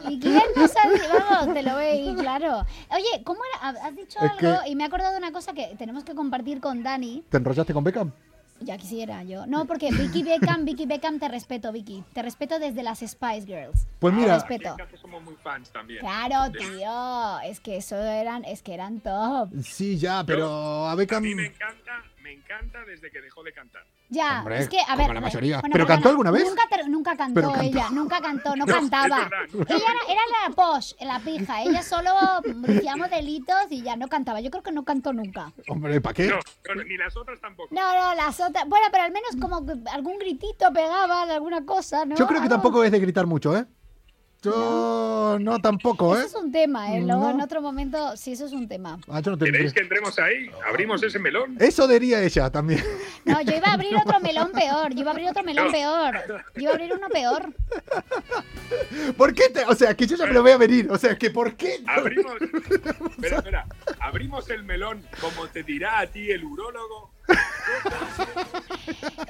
no? ¿Y quién no sabe? Vamos, te lo veí, claro. Oye, ¿cómo era? Ha- Has dicho Es algo que- y me he acordado de una cosa que tenemos que compartir con Dani. ¿Te enrollaste con Beckham? Ya quisiera yo. No, porque Vicky Beckham, Vicky Beckham, te respeto, Vicky. Te respeto desde las Spice Girls. Pues Te mira, Aquí en respeto. casa somos muy fans también. Claro, tío. Es que eso eran, es que eran top. Sí, ya, pero a A Beckham... mí me encanta, me encanta desde que dejó de cantar. Ya, Hombre, es que, a como ver. la mayoría. bueno, ¿Pero perdona, cantó alguna vez? Nunca, ter- nunca cantó, Pero cantó. ella, nunca cantó, no cantaba. es ella verdad. era, era la posh, la pija. Ella solo decíamos delitos y ya no cantaba. Yo creo que no cantó nunca. Hombre, ¿para qué? No, no, ni las otras tampoco. No, no, las otras. Bueno, pero al menos como que algún gritito pegaba, alguna cosa, ¿no? Yo creo que Algo- tampoco es de gritar mucho, ¿eh? Yo no, tampoco, ¿eh? Eso es un tema, ¿eh? Luego No. en otro momento, sí, eso es un tema. Ah, yo no te- ¿Queréis que entremos ahí? Abrimos ese melón. Eso diría ella también. No, yo iba a abrir otro melón peor. Yo iba a abrir otro melón peor. Yo iba a abrir uno peor. ¿Por qué? te- O sea, que yo ya me lo voy a venir. O sea, que ¿por qué? Abrimos. Espera, espera. Abrimos el melón, como te dirá a ti el urólogo.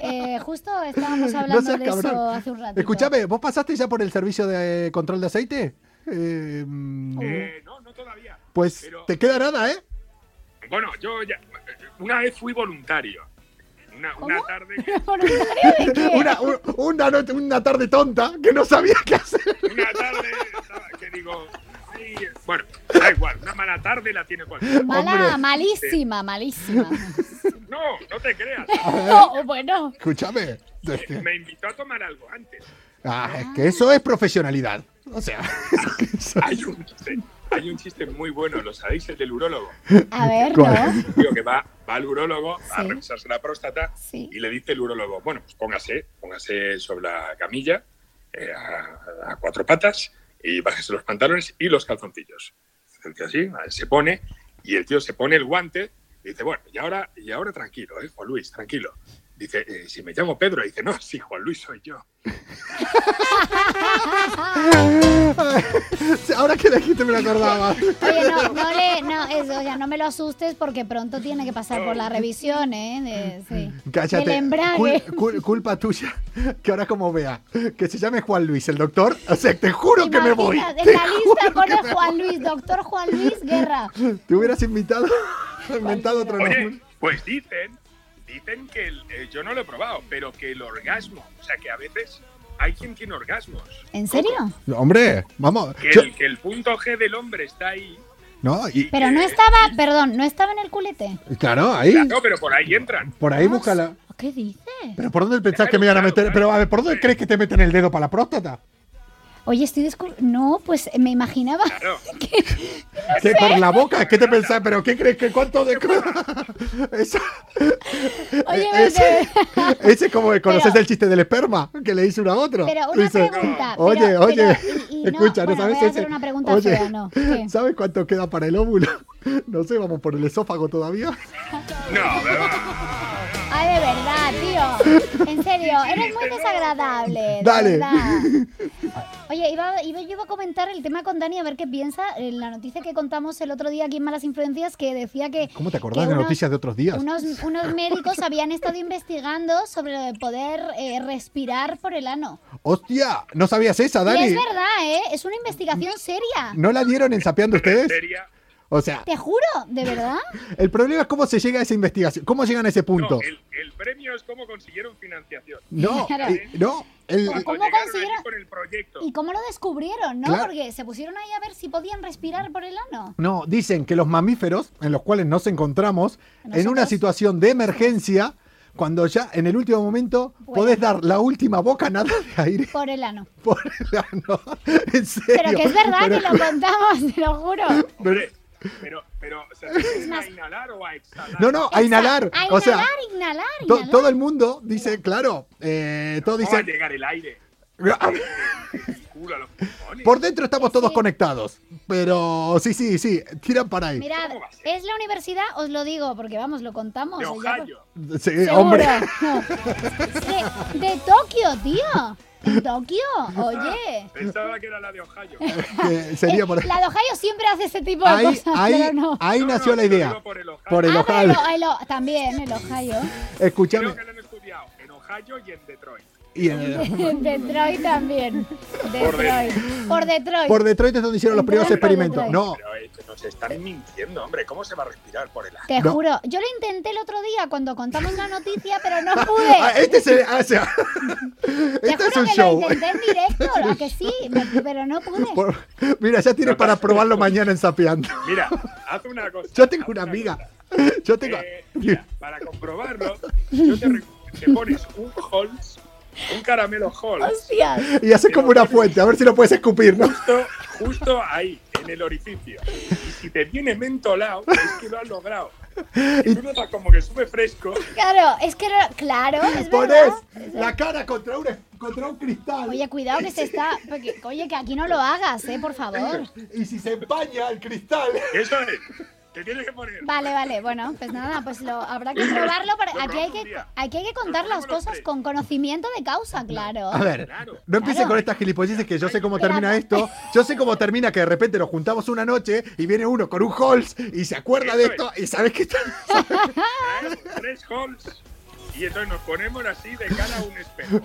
Eh, justo estábamos No hablando seas de eso cabrón. hace un ratito. Escúchame, ¿vos pasaste ya por el servicio de control de aceite? Oh. Eh, mm, Eh, no, no todavía. pues Pero- te queda nada, ¿eh? Bueno, yo ya. Una vez fui voluntario. Una, una tarde. que- ¿Voluntario de qué? Una, un- una, noche- una tarde tonta que no sabía qué hacer. Una tarde estaba- que digo. ay, bueno, da igual. Una mala tarde la tiene cualquiera. Mala, Hombre. malísima, malísima. No, no te creas. eh, No, bueno. Escúchame. es que- Me invitó a tomar algo antes. ah, es que eso es profesionalidad. O sea, eso- Hay un chiste, hay un chiste muy bueno, ¿lo sabéis? El del urólogo. A ver, ¿Cuál? ¿no? Un tío que va, va al urólogo a Sí. revisarse la próstata Sí. y le dice el urólogo, bueno, pues póngase, póngase sobre la camilla eh, a, a cuatro patas y bájese los eh, pantalones y los calzoncillos. El tío así, se pone y el tío se pone el guante y Dice, bueno, y ahora, y ahora tranquilo, ¿eh, Juan Luis, tranquilo. Dice, eh, si me llamo Pedro, dice, no, si Juan Luis soy yo. Ahora que dijiste me lo acordaba. Oye, no, no le, no, eso, o sea, no me lo asustes porque pronto tiene que pasar por la revisión, ¿eh? De- sí. Del Cállate. embrague. Cul- cul- culpa tuya. Que ahora como vea. Que se llame Juan Luis, el doctor. O sea, te juro que me voy. Imaginas, Te En la lista juro que pone me Juan Luis, doctor Juan Luis Guerra. voy. Te hubieras invitado. Inventado otro Oye, nombre. pues dicen, dicen que el- eh, yo no lo he probado, pero que el orgasmo, o sea, que a veces hay quien tiene orgasmos. ¿En serio? Hombre, vamos. Que, Yo- el, que el punto G del hombre está ahí. no, y Pero no estaba, perdón, no estaba en el culete. Ah, claro, ahí. No, pero por ahí entran. Por ahí búscala. ¿Qué dices? Pero ¿por dónde pensás que me iban a Claro, meter? claro. Pero a ver, ¿por dónde crees que te meten el dedo para la próstata? Oye, estoy descubriendo. No, pues me imaginaba. Claro. ¿Qué, ¿Por la boca? ¿Qué te pensás? ¿Pero qué crees que cuánto de.? Esa- Oye, ese, vete. ese es como que conoces Pero- el chiste del esperma que le hice uno a otro. Pero una Dice, pregunta, pero- Oye, pero- oye. y- y no, escucha, ¿no bueno, sabes voy a hacer ese? una pregunta Oye, fea, no, ¿qué? ¿Sabes cuánto queda para el óvulo? No sé, vamos por el esófago todavía. No, pero va. Ay, de verdad, tío. En serio, eres muy desagradable. de Dale. verdad. Oye, iba, iba- yo iba a comentar el tema con Dani a ver qué piensa. En la noticia que contamos el otro día aquí en Malas Influencias que decía que. ¿Cómo te acordás que de unos- noticias de otros días? Unos, unos médicos habían estado investigando sobre lo de poder eh, respirar por el ano. ¡Hostia! ¿No sabías esa, Y Ah, Dani? es verdad, ¿eh? Es una investigación seria. ¿No la dieron en Sapeando ustedes? Seria. O sea, Te juro, ¿de verdad? el problema es cómo se llega a esa investigación. ¿Cómo llegan a ese punto? No, el, el premio es cómo consiguieron financiación. No, Claro. eh, no. el- ¿Cómo Cuando llegaron consiguieron? allí con el proyecto. ¿Y cómo lo descubrieron, no? Claro. Porque se pusieron ahí a ver si podían respirar por el ano. No, dicen que los mamíferos, en los cuales nos encontramos, en una Nosotros. situación de emergencia, cuando ya en el último momento Bueno. podés dar la última bocanada de aire Por el ano. por el ano. En serio. Pero que es verdad Pero- que lo contamos, te lo juro. Hombre, pero, pero, ¿se refieren a más- inhalar o a exhalar? No, no, a inhalar. A inhalar, o sea, inhalar, to- inhalar. todo el mundo dice, claro, eh, todo ¿Cómo va a dice... llegar el aire? El culo a los pulmones. Por dentro estamos todos Sí. conectados. Pero sí, sí, sí, tiran para ahí. Mirad, ¿Cómo va a ser? es la universidad, os lo digo, porque vamos, lo contamos. De o sea, ya- Ohio. Sí, Seguro. hombre. No. De, de Tokio, tío. En Tokio, oye. Pensaba que era la de Ohio. que sería por Eh, La de Ohio siempre hace ese tipo de Ahí, cosas, ahí, pero no. ahí No, no, nació la yo lo idea. digo por el Ohio. Por el Ah, ojal. pero el o- también el Ohio. Escúchame. Creo que lo han estudiado en Ohio y en Detroit. Y en- Detroit también. Detroit. Por Detroit. por Detroit es donde hicieron los primeros Entrando por experimentos. No, Pero eh, que nos están mintiendo, hombre. ¿Cómo se va a respirar por el aire? Te No. juro, yo lo intenté el otro día cuando contamos la noticia, pero no Ah, pude. este es el- ah, o sea, este Te es juro un que show. lo intenté en directo, a que sí, Me- pero no pude. Por- mira, ya tienes para probarlo mañana en Sapeando. Mira, haz una cosa. Yo tengo haz una amiga. cosa. Yo tengo. Eh, mira, para comprobarlo, yo te, re- te pones un Halls, un caramelo Halls, Hostias. Y haces como una fuente, a ver si lo puedes escupir, ¿no? justo, justo ahí, en el orificio. Y si te viene mentolado, es que lo has logrado. Y tú notas como que sube fresco. Claro, es que no- claro, es Pones verdad. la cara contra un, contra un cristal. Oye, cuidado que se está. porque- oye, que aquí no lo hagas, eh, por favor. Y si se empaña el cristal. Eso es. Te tienes que poner. Vale, vale, bueno, pues nada, pues lo, habrá que probarlo. pero Lo aquí, hay probamos un que, día. aquí hay que contar las probamos los cosas tres. con conocimiento de causa, claro. A ver, Claro. no empiecen Claro. con estas gilipolleces que yo sé cómo Pero termina no. esto. Yo sé cómo termina que de repente nos juntamos una noche y viene uno con un Halls y se acuerda de Eso esto y sabes que está. Traemos tres halls y entonces nos ponemos así de cara a un espejo.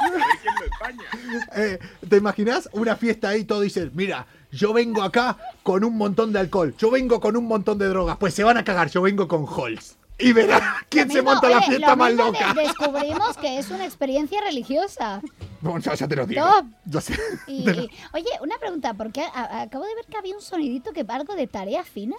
A ver quién lo empaña. Eh, ¿Te imaginas una fiesta ahí y todo dice, mira, yo vengo acá con un montón de alcohol, yo vengo con un montón de drogas, pues se van a cagar, yo vengo con Halls. Y verá quién se Mismo, monta la oye, fiesta lo más mismo de- loca. descubrimos que es una experiencia religiosa. No, ya, ya te lo digo. Top. Yo sé. Y, Te lo- y- oye, una pregunta, porque a- a- acabo de ver que había un sonidito que algo de tarea fina.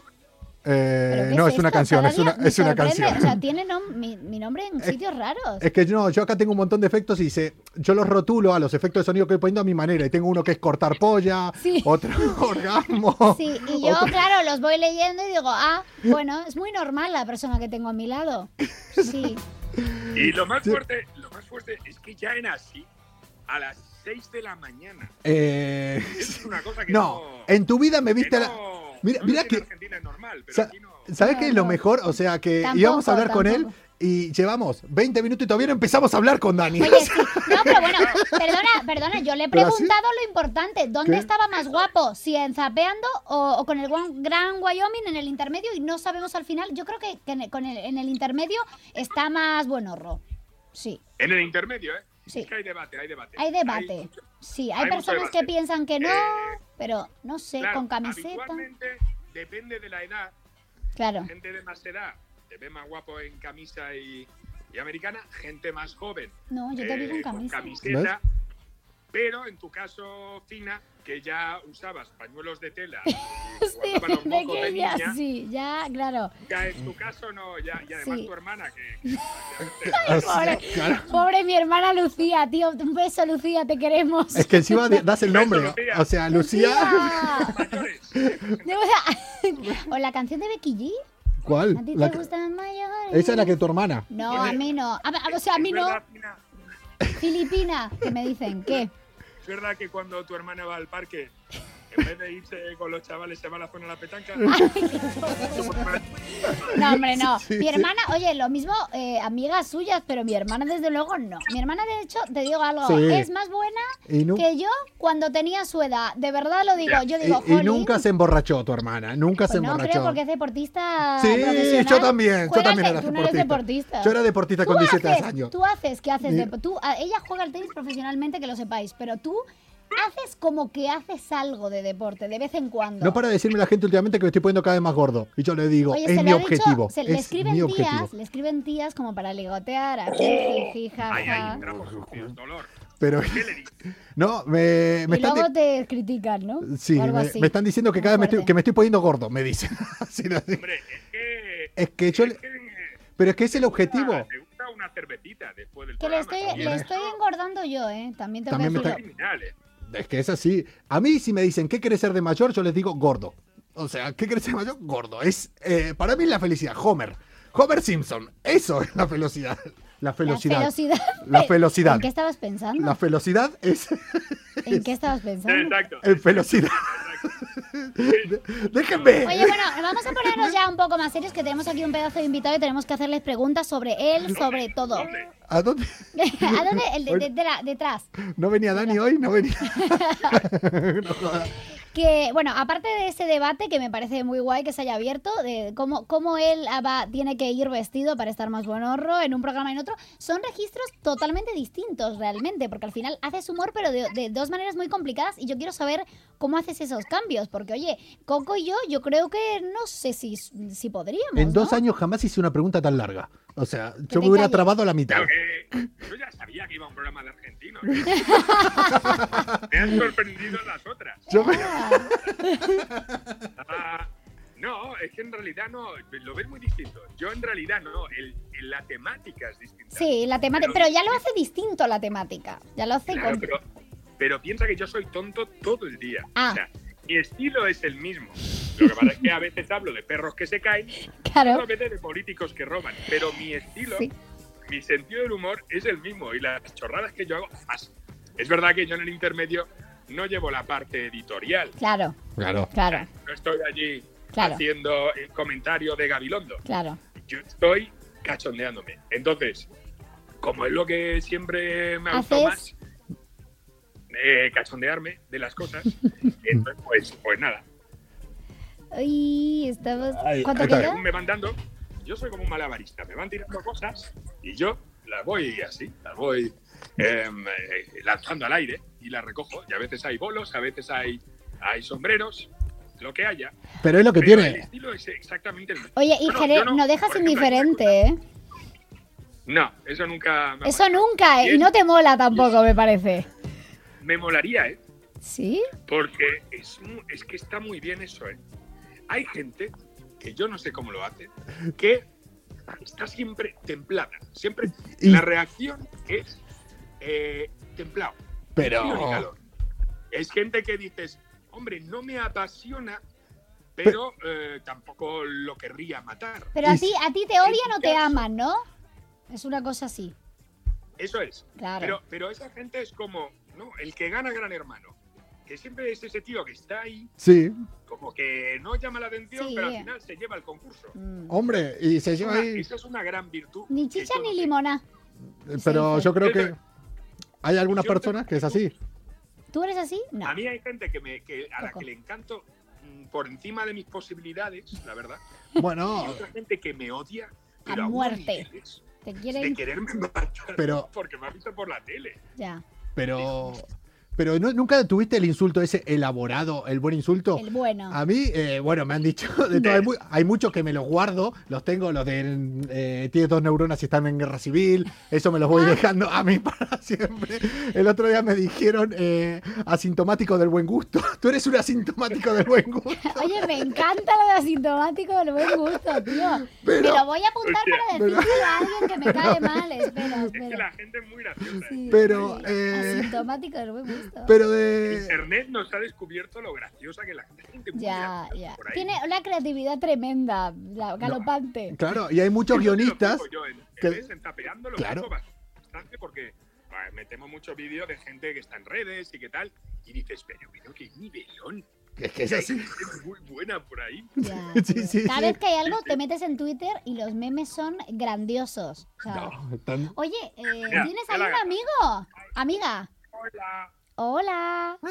¿Pero Eh, qué no, es es una esto? canción, Cada es día una, me es una sorprende. canción. Eh, O sea, tiene nom- mi, mi nombre en sitios raros. Es que no, yo acá tengo un montón de efectos y dice, yo los rotulo a los efectos de sonido que voy poniendo a mi manera. Y tengo uno que es cortar polla, Sí. otro orgasmo. Sí, y yo, claro, los voy leyendo y digo, ah, bueno, es muy normal la persona que tengo a mi lado. Sí. Y lo más fuerte, lo más fuerte es que ya era así a las 6 de la mañana. Eh, Es una cosa que no, no. en tu vida me viste que a la... no- Mira, no sé mira si que... En Argentina es normal, pero sa- aquí no. ¿Sabes qué es lo mejor? O sea, que Tampoco, íbamos a hablar con él tampoco. y llevamos 20 minutos y todavía no empezamos a hablar con Dani. Oye, sí. No, pero bueno, perdona, perdona, yo le he ¿Pero así? preguntado lo importante. ¿Dónde ¿Qué? estaba más guapo? ¿Si en Zapeando o, o con el Gran, Gran Wyoming en el intermedio? Y no sabemos al final. Yo creo que, que en, el- con el- en el intermedio está más buenorro. Sí, En el intermedio, ¿eh? Sí. Es que hay debate, hay debate. hay debate. Sí, hay, hay mucho personas que debate. piensan que no, Eh, pero no sé, claro, con camiseta. Habitualmente depende de la edad. Claro, Gente de más edad te ve más guapo en camisa y, y americana. Gente más joven. no, yo te eh, digo en con camisa. camiseta. Pero en tu caso, Fina, que ya usabas pañuelos de tela. y Sí, guardabas los de mocos que de ya, niña, sí, ya, claro. Ya en tu caso no, ya, y además Sí. tu hermana que... Pobre, pobre mi hermana Lucía, tío. Un beso, Lucía, te queremos. Es que encima de- das el Beso, nombre. Lucía. O sea, Lucía. mayores. Yo, o, sea, o la canción de Becky G. ¿Cuál? ¿A ti La te que- gustan mayores? Esa es la que tu hermana. No, a mí no. A, a- Ah, o sea, a Es mí no. verdad, Fina, Filipina, que me dicen, ¿qué? Es verdad que cuando tu hermana va al parque, en vez de irse con los chavales, se va a la zona de la petanca. No, hombre, no. Sí, sí, mi sí. hermana, oye, lo mismo, eh, amigas suyas, pero mi hermana, desde luego, no. Mi hermana, de hecho, te digo algo, Sí. es más buena Y, nu- que yo cuando tenía su edad. De verdad lo digo. Yo y- digo, y "Jolín". nunca se emborrachó tu hermana. Nunca Pues se no emborrachó. creo porque es deportista. Sí, profesional. yo también, yo Juega también al era te- tú no eres deportista. deportista. Yo era deportista Tú con 17 haces- años. Tú haces que haces Ni- depo- tú, a- ella juega al tenis profesionalmente, que lo sepáis, pero tú haces como que haces algo de deporte de vez en cuando. No para de decirme la gente últimamente que me estoy poniendo cada vez más gordo. Y yo le digo, Oye, es se mi lo ha dicho- objetivo. se- le es escriben mi objetivo. tías, le escriben tías como para ligotear, así, jiji, Oh. Ay, ay, jaja. entramos sucios, dolor. Pero ¿Qué le dices? no, me, me y están. di- luego te critican, ¿no? Sí, O algo me, así. me están diciendo que Muy cada vez me estoy, fuerte. que me estoy poniendo gordo, me dicen. Así lo digo. Hombre, es que... Es que yo es le- que- Pero es que es el objetivo. Te gusta una cervecita después del Que le programa, estoy, también. le estoy engordando yo, ¿eh? También tengo También que me Son está- decirlo. criminales. Es que es así. A mí, si me dicen, ¿qué quieres ser de mayor? Yo les digo gordo. O sea, ¿qué quieres ser de mayor? Gordo. Es, eh, para mí es la felicidad. Homer. Homer Simpson. Eso es la felicidad. La La felicidad. velocidad. La velocidad. ¿En qué estabas pensando? La felicidad es ¿En qué estabas pensando? Exacto. el velocidad. Déjenme. Oye, bueno, vamos a ponernos ya un poco más serios, que tenemos aquí un pedazo de invitado y tenemos que hacerles preguntas sobre él, sobre todo. Doble. ¿A dónde? ¿A dónde? El de, de- de la- detrás. ¿No venía Dani hoy? No venía. No jodas. Que, bueno, aparte de ese debate que me parece muy guay que se haya abierto, de cómo, cómo él ah, va, tiene que ir vestido para estar más buenorro en un programa y en otro, son registros totalmente distintos realmente, porque al final haces humor, pero de, de dos maneras muy complicadas, y yo quiero saber cómo haces esos cambios, porque oye, Coco y yo, yo creo que no sé si, si podríamos. En dos ¿no? años jamás hice una pregunta tan larga. O sea, yo me te hubiera calles. trabado a la mitad. Claro que yo ya sabía que iba a un programa de argentinos. ¿eh? Me han sorprendido las otras. Yo me- Ah, no, es que en realidad no, lo ves muy distinto. Yo en realidad no, el, el- la temática es distinta. Sí, la temática, pero ya lo hace distinto la temática. Ya lo hace Claro, con... pero, pero piensa que yo soy tonto todo el día. Ah. O sea, mi estilo es el mismo. Lo que pasa es que a veces hablo de perros que se caen, Claro. otras veces de políticos que roban. Pero mi estilo, Sí. mi sentido del humor es el mismo y las chorradas que yo hago. as- Es verdad que yo en el intermedio no llevo la parte editorial. Claro, Claro. claro, No estoy allí Claro. haciendo el comentario de Gabilondo. claro. Yo estoy cachondeándome. Entonces, como es lo que siempre me ha gustado ¿Haces? más, eh, cachondearme de las cosas, entonces, pues, pues nada, Uy, estamos... Ay, ¿Cuánto ahí está. queda? según me van dando, yo soy como un malabarista, me van tirando cosas y yo las voy así, las voy eh, eh, lanzando al aire y las recojo. Y a veces hay bolos, a veces hay, hay sombreros, lo que haya. Pero es lo que Pero el tiene. estilo es exactamente el mismo. Oye, y Bueno, Jere, yo no, dejas por ejemplo, indiferente, ¿eh? No, eso nunca me ha Eso pasado. nunca, ¿eh? Y Bien. no te mola tampoco, me parece. Me molaría, ¿eh? ¿Sí? Porque es, mu- es que está muy bien eso, ¿eh? Hay gente, que yo no sé cómo lo hace, que está siempre templada. Siempre Y- la reacción es eh, templado. frío ni Pero. calor. Es gente que dices, hombre, no me apasiona, pero eh, tampoco lo querría matar. Pero a Y- ti, a ti te odian o te aman, ¿no? Es una cosa así. Eso es. Claro. Pero, pero esa gente es como, no, el que gana gran hermano. que siempre es ese tío que está ahí, Sí. como que no llama la atención, Sí. pero al final se lleva el concurso. Mm. Hombre, y se lleva Una- ahí. esa es una gran virtud. Ni que chicha yo no ni tengo. limona. Pero sí. yo creo Yo que creo- hay algunas yo creo- personas que es así. ¿Tú eres así? No. A mí hay gente que me, que, a la Poco. que le encanto mm, por encima de mis posibilidades, la verdad. Bueno, Y otra gente que me odia. Pero A aún muerte. niveles ¿Te De quieren? quererme matar. Pero- Porque me ha visto por la tele. Ya. pero. Pero no- nunca tuviste el insulto ese elaborado, el buen insulto. El bueno. A mí, eh, bueno, me han dicho de todo. Hay, mu- hay muchos que me los guardo, los tengo, los de. eh, tienes dos neuronas y están en guerra civil. Eso me los Ah. voy dejando a mí para siempre. El otro día me dijeron eh, asintomático del buen gusto. Tú eres un asintomático del buen gusto. Oye, me encanta lo de asintomático del buen gusto, tío. Pero- me lo voy a apuntar Hostia, para decírselo a alguien que me cae mal. Espera, Es que espera. la gente es muy graciosa. ¿eh? Sí, Pero, sí. eh, Asintomático del buen gusto. Pero de. Internet nos ha descubierto lo graciosa que la gente muy ya, graciosa ya. por ahí. Tiene una creatividad tremenda, la- galopante. Claro, y hay muchos Eso guionistas. Lo pongo yo en, en que- vez, en tapeando lo Claro. pongo bastante porque bah, metemos muchos vídeos de gente que está en redes y que tal. Y dices, pero mira qué nivelón. Es que es Y hay así. gente Muy buena por ahí. Ya, Sí, tío. sí, Cada sí. vez que hay algo, te metes en Twitter y los memes son grandiosos. O sea, Tan- Oye, eh, Mira, ¿tienes ya ahí la un gata. amigo? Amiga. Hola. Hola. Ah.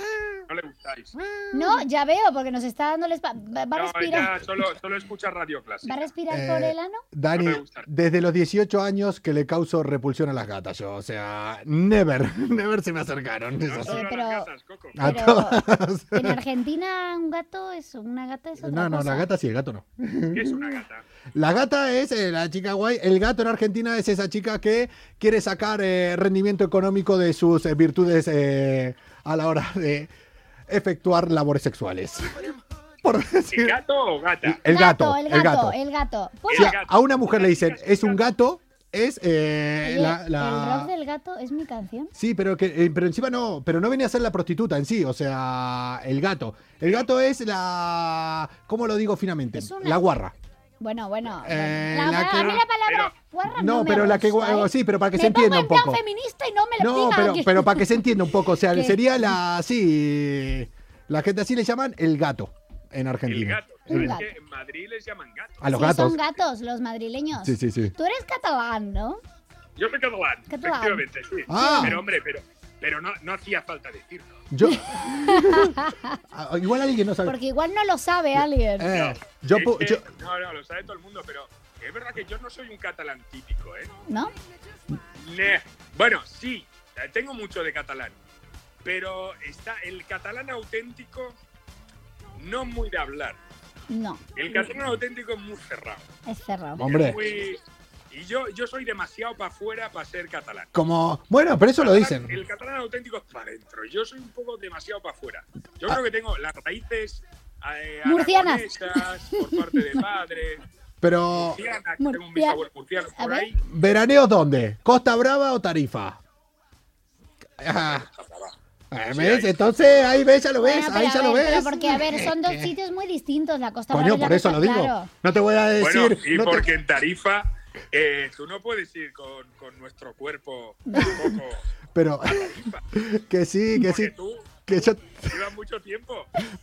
No le gustáis. No, ya veo, porque nos está dando el spa- Va, va a No, respirar. ella solo, solo escucha radio ¿Va a clásica. respirar Eh, por el ano? Dani, No me gusta. desde los 18 años que le causo repulsión a las gatas, yo. O sea, never, never se me acercaron. Es No así. solo pero- las gatas, Coco. A Pero todas. en Argentina un gato es una gata es otra No, no, cosa. la gata sí, el gato no. ¿Qué es una gata? La gata es eh, la chica guay. El gato en Argentina es esa chica que quiere sacar eh, rendimiento económico de sus eh, virtudes eh, a la hora de efectuar labores sexuales. Por ¿El decir. gato o gata? El gato, el gato, el gato. el gato. Pues, Si El a- gato. a una mujer le dicen, es un gato, es eh, oye, la, el la- rock del gato es mi canción. Sí, pero que eh, pero encima no, pero no viene a ser la prostituta en sí, o sea, el gato. El gato es la ¿cómo lo digo finamente? Es una- La guarra. Bueno, bueno. Eh, bueno. la La, que- a mí la palabra guarra No, me pero la gusta, que gua- ¿eh? sí, pero para que me se entienda pongo un en poco. plan feminista y no me lo No, digan pero que- pero para que se entienda un poco, o sea, ¿Qué? sería la sí, la gente así le llaman el gato en El Argentina. gato. El ¿Sabes gato. que en Madrid les llaman gato? A los Sí, gatos. son gatos, los madrileños. Sí, sí, sí. Tú eres catalán, ¿no? Yo soy catalán, Catalán. efectivamente, sí. Ah. Pero hombre, pero, pero no, no hacía falta decirlo. Yo Ah, Igual alguien no sabe. Porque igual no lo sabe alguien. Eh, yo, Es pu- que- yo- No, no, lo sabe todo el mundo, pero es verdad que yo no soy un catalán típico, ¿eh? ¿No? Ne- Bueno, sí, eh, tengo mucho de catalán, pero está el catalán auténtico no muy de hablar. No, El catalán auténtico es muy cerrado. es cerrado. hombre, Es muy- Y yo, yo soy demasiado para afuera para ser catalán. como bueno, pero eso lo dicen. El catalán auténtico es para adentro. Yo soy un poco demasiado para afuera. Yo Ah. creo que tengo las raíces eh, Murcianas. aragonesas por parte de padre. Pero murcianas, que Murcia- tengo un bisabuelo murciano A por ver. ahí. ¿Veraneos dónde? ¿Costa Brava o Tarifa? Ah, eh, ¿ves? Entonces ahí ves, ya lo ves, Bueno, ahí pero ya a lo ver, ves. pero porque, a Eh, ver, son dos sitios muy distintos. La Costa Brava Coño, y la por eso Costa- lo digo. claro. No te voy a Bueno, decir. y no te- porque en Tarifa eh, tú no puedes ir con, con nuestro cuerpo un poco Pero a Tarifa. que sí, que Porque sí. tú Que yo. llevas mucho tiempo,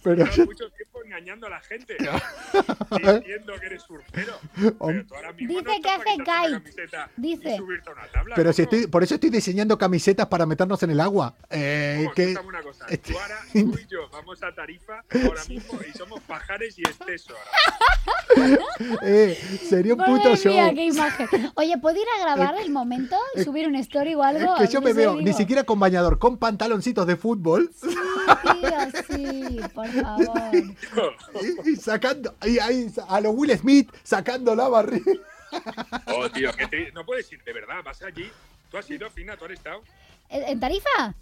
Pero llevas yo- mucho tiempo engañando a la gente, diciendo que eres surfero. Pero tú ahora mismo Dice no que estás hace para quitarte una kite. camiseta Dice. Y subirte a una tabla, Pero si ¿no? estoy, por eso estoy diseñando camisetas para meternos en el agua. Eh, Vamos, que, escúchame una cosa. Tú, ahora, tú y yo vamos a Tarifa ahora mismo y somos pajares y exceso ahora. eh, sería un puto Madre show. mía, qué imagen. Oye, ¿puedo ir a grabar el momento y subir un story o algo? Es que yo No me sé, veo, digo, ni siquiera con bañador, con pantaloncitos de fútbol Sí, tío, sí, por favor. y, y sacando, y ahí a los Will Smith sacando la barriga. Oh, tío, que te- no puedes ir, de verdad, vas allí. Tú has ido, Fina, tú has estado. ¿En en Tarifa?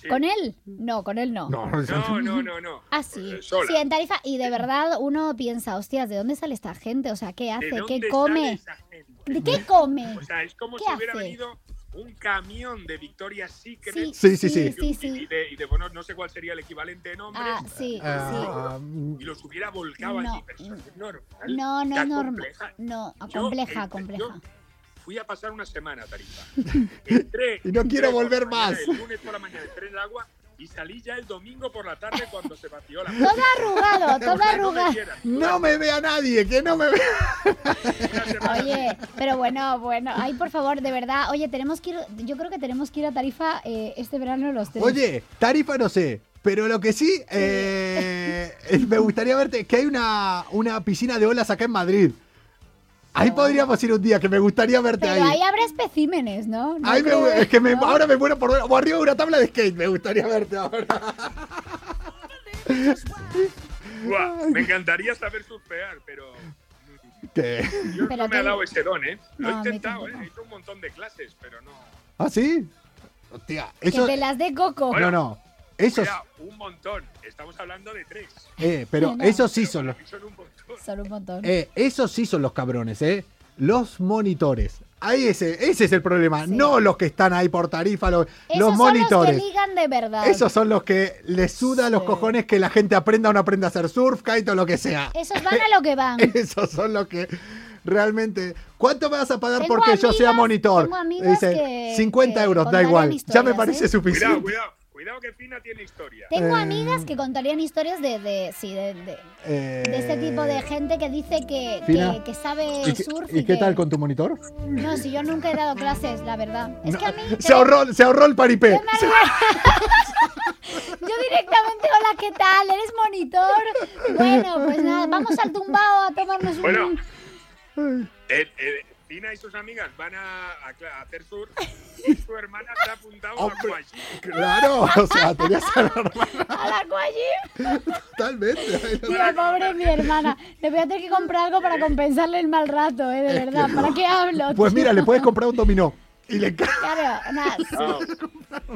Sí. ¿Con él? No, con él no. No, No, no, no, no. Ah, sí. Eh, sola. Sí, en Tarifa. Y de verdad uno piensa, hostias, ¿de dónde sale esta gente? O sea, ¿qué ¿De hace? dónde ¿Qué sale come? esa gente? Pues, ¿De qué come? O sea, es como ¿Qué si hubiera hace? venido un camión de Victoria's Secret. Sí, Sí, sí, sí. sí, y- sí, Y sí. de, y de, bueno, no sé cuál sería el equivalente de nombres. Ah, sí, sí. Ah, mm, Y los hubiera volcado No, allí. Pero eso no es normal. No, no Está es normal. compleja. No, Yo, compleja, eh, compleja. yo fui a pasar una semana a Tarifa. Entré- Y no entré quiero por volver la mañana, más. El lunes por la mañana entré en el agua y salí ya el domingo por la tarde cuando se vació la Todo arrugado, todo Porque no me arrugado. quieran. No me vea nadie, que no me vea. Una semana- Oye, pero bueno, bueno, ay, por favor, de verdad, oye, tenemos que ir, yo creo que tenemos que ir a Tarifa eh, este verano los tres. Oye, tarifa no sé. Pero lo que sí, eh, me gustaría verte, es que hay una, una piscina de olas acá en Madrid. Ahí podríamos ir un día, que me gustaría verte Ah. pero ahí ahí. habrá especímenes, ¿no? No Ahí me- creo- es que me- ¿no? ahora me muero por ver. o arriba de una tabla de skate, me gustaría verte ahora. Buah, me encantaría saber surfear, pero ¿Qué? yo Pero no me ha tú- dado ese don, ¿eh? No, Lo a he mí intentado, ¿eh? tampoco. He hecho un montón de clases, pero no. ¿Ah, sí? Hostia, Que eso. te las de coco. No, no. Esos. Era un montón. Estamos hablando de tres. eh, pero No, no. esos sí Pero son para los. mí Son un montón. Solo un montón. Eh, esos sí son los cabrones, ¿eh? Los monitores. Ahí ese, ese es el problema. Sí. No los que están ahí por tarifa, los, Esos los son monitores. los que ligan de verdad. esos son los que les suda a los Sí. cojones que la gente aprenda o no aprenda a hacer surf, kite o lo que sea. Esos van a lo que van. Esos son los que realmente. ¿Cuánto me vas a pagar Tengo porque yo sea amigas- monitor? tengo Me amigas Dicen, que- 50 que euros, da contarían igual. Ya me historias, parece ¿eh? suficiente. Cuidado, cuidado. Cuidado que Fina tiene historia. Tengo Eh. amigas que contarían historias de, de, sí, de, de, Eh, de este tipo de gente que dice que, Fina, que, que sabe ¿Y, qué- surf. y qué que- tal con tu monitor? No, si yo nunca he dado clases, la verdad. Es que a mí. Se ahorró, se ahorró el Yo paripé. me arreglo- Yo directamente, hola, ¿qué tal? ¿Eres monitor? Bueno, pues nada, vamos al tumbao a tomarnos un... Bueno. Eh, eh, Fina y sus amigas van a, a cla- a hacer sur y su hermana está apuntada a Hombre. Guayú. Claro, o sea, tenías que ahorrar al aquagym. totalmente. Tío, pobre mi hermana. Le voy a tener que comprar algo para compensarle el mal rato, ¿eh? De verdad. ¿Para qué hablo? Pues tío? mira, le Ah. puedes comprar un dominó. Y le, enca- Claro, nada, sí,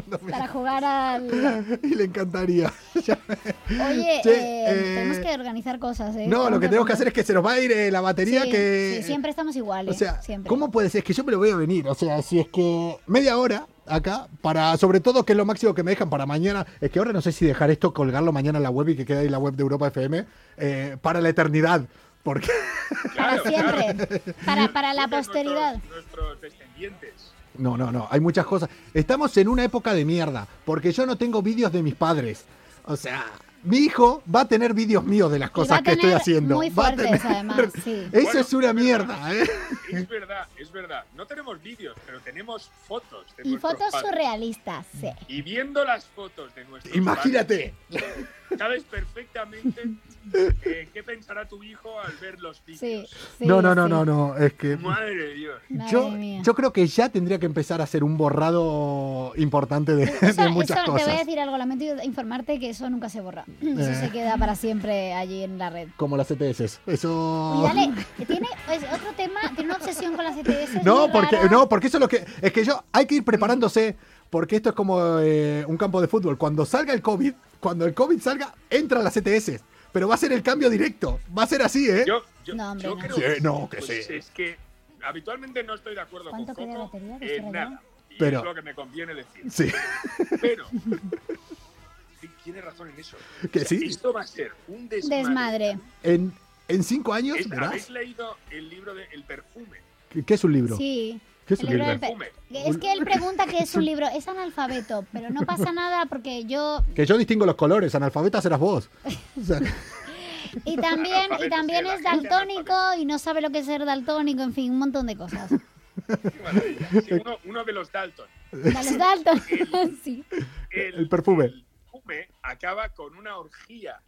No, para jugar al... y le encantaría. Ya me- Oye, Che, eh, eh, tenemos que organizar cosas, ¿eh? No, lo que tenemos que hacer es que se nos va a ir eh, la batería Sí, que... sí, siempre estamos iguales. O sea, siempre. ¿cómo puede ser? Es que yo me lo voy a venir. O sea, si es que media hora acá, para sobre todo que es lo máximo que me dejan para mañana, es que ahora no sé si dejar esto, colgarlo mañana en la web y que quede ahí la web de Europa FM, eh, para la eternidad. Porque Para claro, claro. siempre. Para, para la Nuestros- posteridad. Nuestros descendientes. No, no, no, hay muchas cosas. Estamos en una época de mierda, porque yo no tengo vídeos de mis padres. O sea, mi hijo va a tener vídeos míos de las Y va cosas a que estoy tener haciendo. Muy Va a fuertes, tener- además, sí. Eso Bueno, es una es verdad. mierda, ¿eh? Es verdad, es verdad. No tenemos vídeos, pero tenemos fotos. De Y nuestros fotos padres. surrealistas, sí. Y viendo las fotos de nuestros Imagínate. padres, sabes perfectamente eh, qué pensará tu hijo al ver los Sí, vídeos. sí, no, no, no, sí. no, no, es que... Madre de Dios. Madre Yo, mía. yo creo que ya tendría que empezar a hacer un borrado importante de, de Eso- muchas eso- Te voy a cosas. decir algo, lamento informarte que eso nunca se borra. Eh. Eso se queda para siempre allí en la red. Como las ETS. Eso... Y dale, que tiene es otro tema, tiene una obsesión con las E ETS. No, muy porque rara. no, porque eso es lo que es que yo hay que ir preparándose Mm. porque esto es como eh, un campo de fútbol. Cuando salga el COVID, cuando el COVID salga, entran las ETS, pero va a ser el cambio directo, va a ser así, ¿eh? Yo, yo, No, hombre, yo no. creo Sí, no, que pues, sí. Es que habitualmente no estoy de acuerdo con ¿Cuánto queda de Coco batería? ¿Que en será ya? nada. Y Pero- es lo que me conviene decir. Sí, Pero sí, tiene razón en eso. que sí. Esto va a ser un desmadre. Desmadre. En, en cinco años, Es- ¿Habéis verás, leído el libro de El perfume? ¿Qué, qué es un libro? Sí. ¿Qué es El un libro libro? del pe- Perfume. Es que él pregunta que es un libro, es analfabeto, pero no pasa nada porque yo Que yo distingo los colores, analfabeta serás vos. O sea, y también y Analfabeto, también sí, la es gente daltónico y no sabe lo que es ser daltónico, en fin, un montón de cosas. Qué maravilla. Sí, uno, uno de los Dalton. Dale, dalton. sí. El, El perfume. el perfume acaba con una orgía.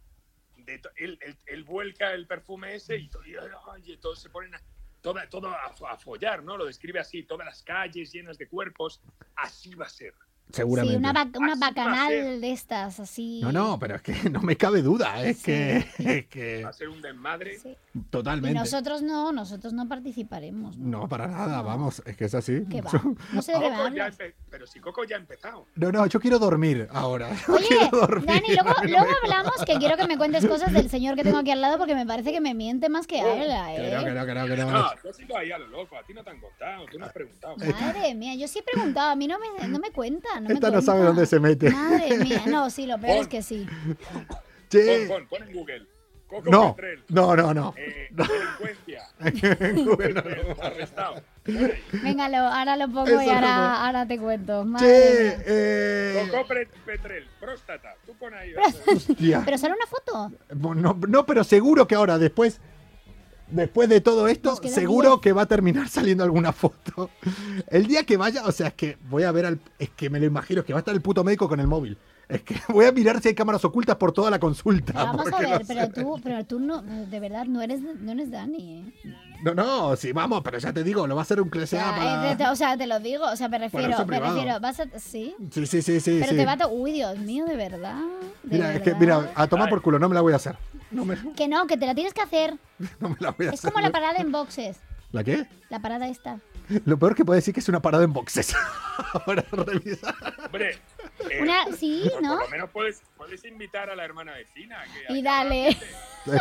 De to- él, él- él vuelca el perfume ese y, to- y, oye, todos se ponen a, toda- todo a, fo- a follar, ¿no? Lo describe así, todas las calles llenas de cuerpos. Así va a ser. seguramente. Sí, una, bac- una Así va a bacanal ser. de estas, así. No, no, pero es que no me cabe duda, es Sí. que es que Va a ser un desmadre. Sí. Y totalmente. nosotros no, nosotros no participaremos. ¿no? No, para nada, vamos, es que es así. ¿Qué va? No sé de qué me Coco ya hablas. empe- pero si Coco ya ha empezado. No, no, yo quiero dormir ahora. Yo Oye, quiero dormir. Dani, luego, luego hablamos que quiero que me cuentes cosas del señor que tengo aquí al lado porque me parece que me miente más que habla, Oh, Que no, que ¿eh? no, que no, que no. No, tú has ido ahí a lo loco. A ti no te han contado, tú no has preguntado. Madre mía, yo sí he preguntado, a mí no me, no me cuenta. No me Esta no cuenta. sabe dónde se mete. Madre mía, no, sí, lo peor es que sí. Che, Pon, pon, pon en Google. Coco eh. No, Petrel, no, no, no. eh, No. delincuencia, eh, arrestado. Venga, lo- ahora lo pongo Eso y lo ahora, pongo. ahora te cuento. Madre Che, mía. eh, Coco Pre- Petrel, próstata. Tú pon ahí. vas a ver. hostia. Pero sale una foto. No, no, pero seguro que ahora, después, después de todo esto, Nos quedan seguro diez. que va a terminar saliendo alguna foto. El día que vaya, o sea, es que voy a ver al. Es que me lo imagino, es que va a estar el puto médico con el móvil. Es que voy a mirar si hay cámaras ocultas por toda la consulta. Vamos a porque Ah, no ver, sé. pero tú, pero tú no, de verdad, no eres, no eres Dani, ¿eh? No, no, sí, vamos, pero ya te digo, lo va a hacer un O sea, creseada eh, te- ah, para. te- o sea, te lo digo, o sea, me refiero, eso me privado. refiero, vas a, sí, Sí, sí, sí, sí. pero sí. te va a, to- uy, Dios mío, de verdad, de Mira, es que, verdad. mira, a tomar por culo, no me la voy a hacer. No me, que no, que te la tienes que hacer, no me la voy a es hacer. como la parada en boxes, ¿La qué? la parada esta, Lo peor que puede decir que es una parada en boxes. Ahora revisar. Hombre, eh, una, sí, por ¿no? lo menos puedes, puedes invitar a la hermana vecina. Que Y dale, Es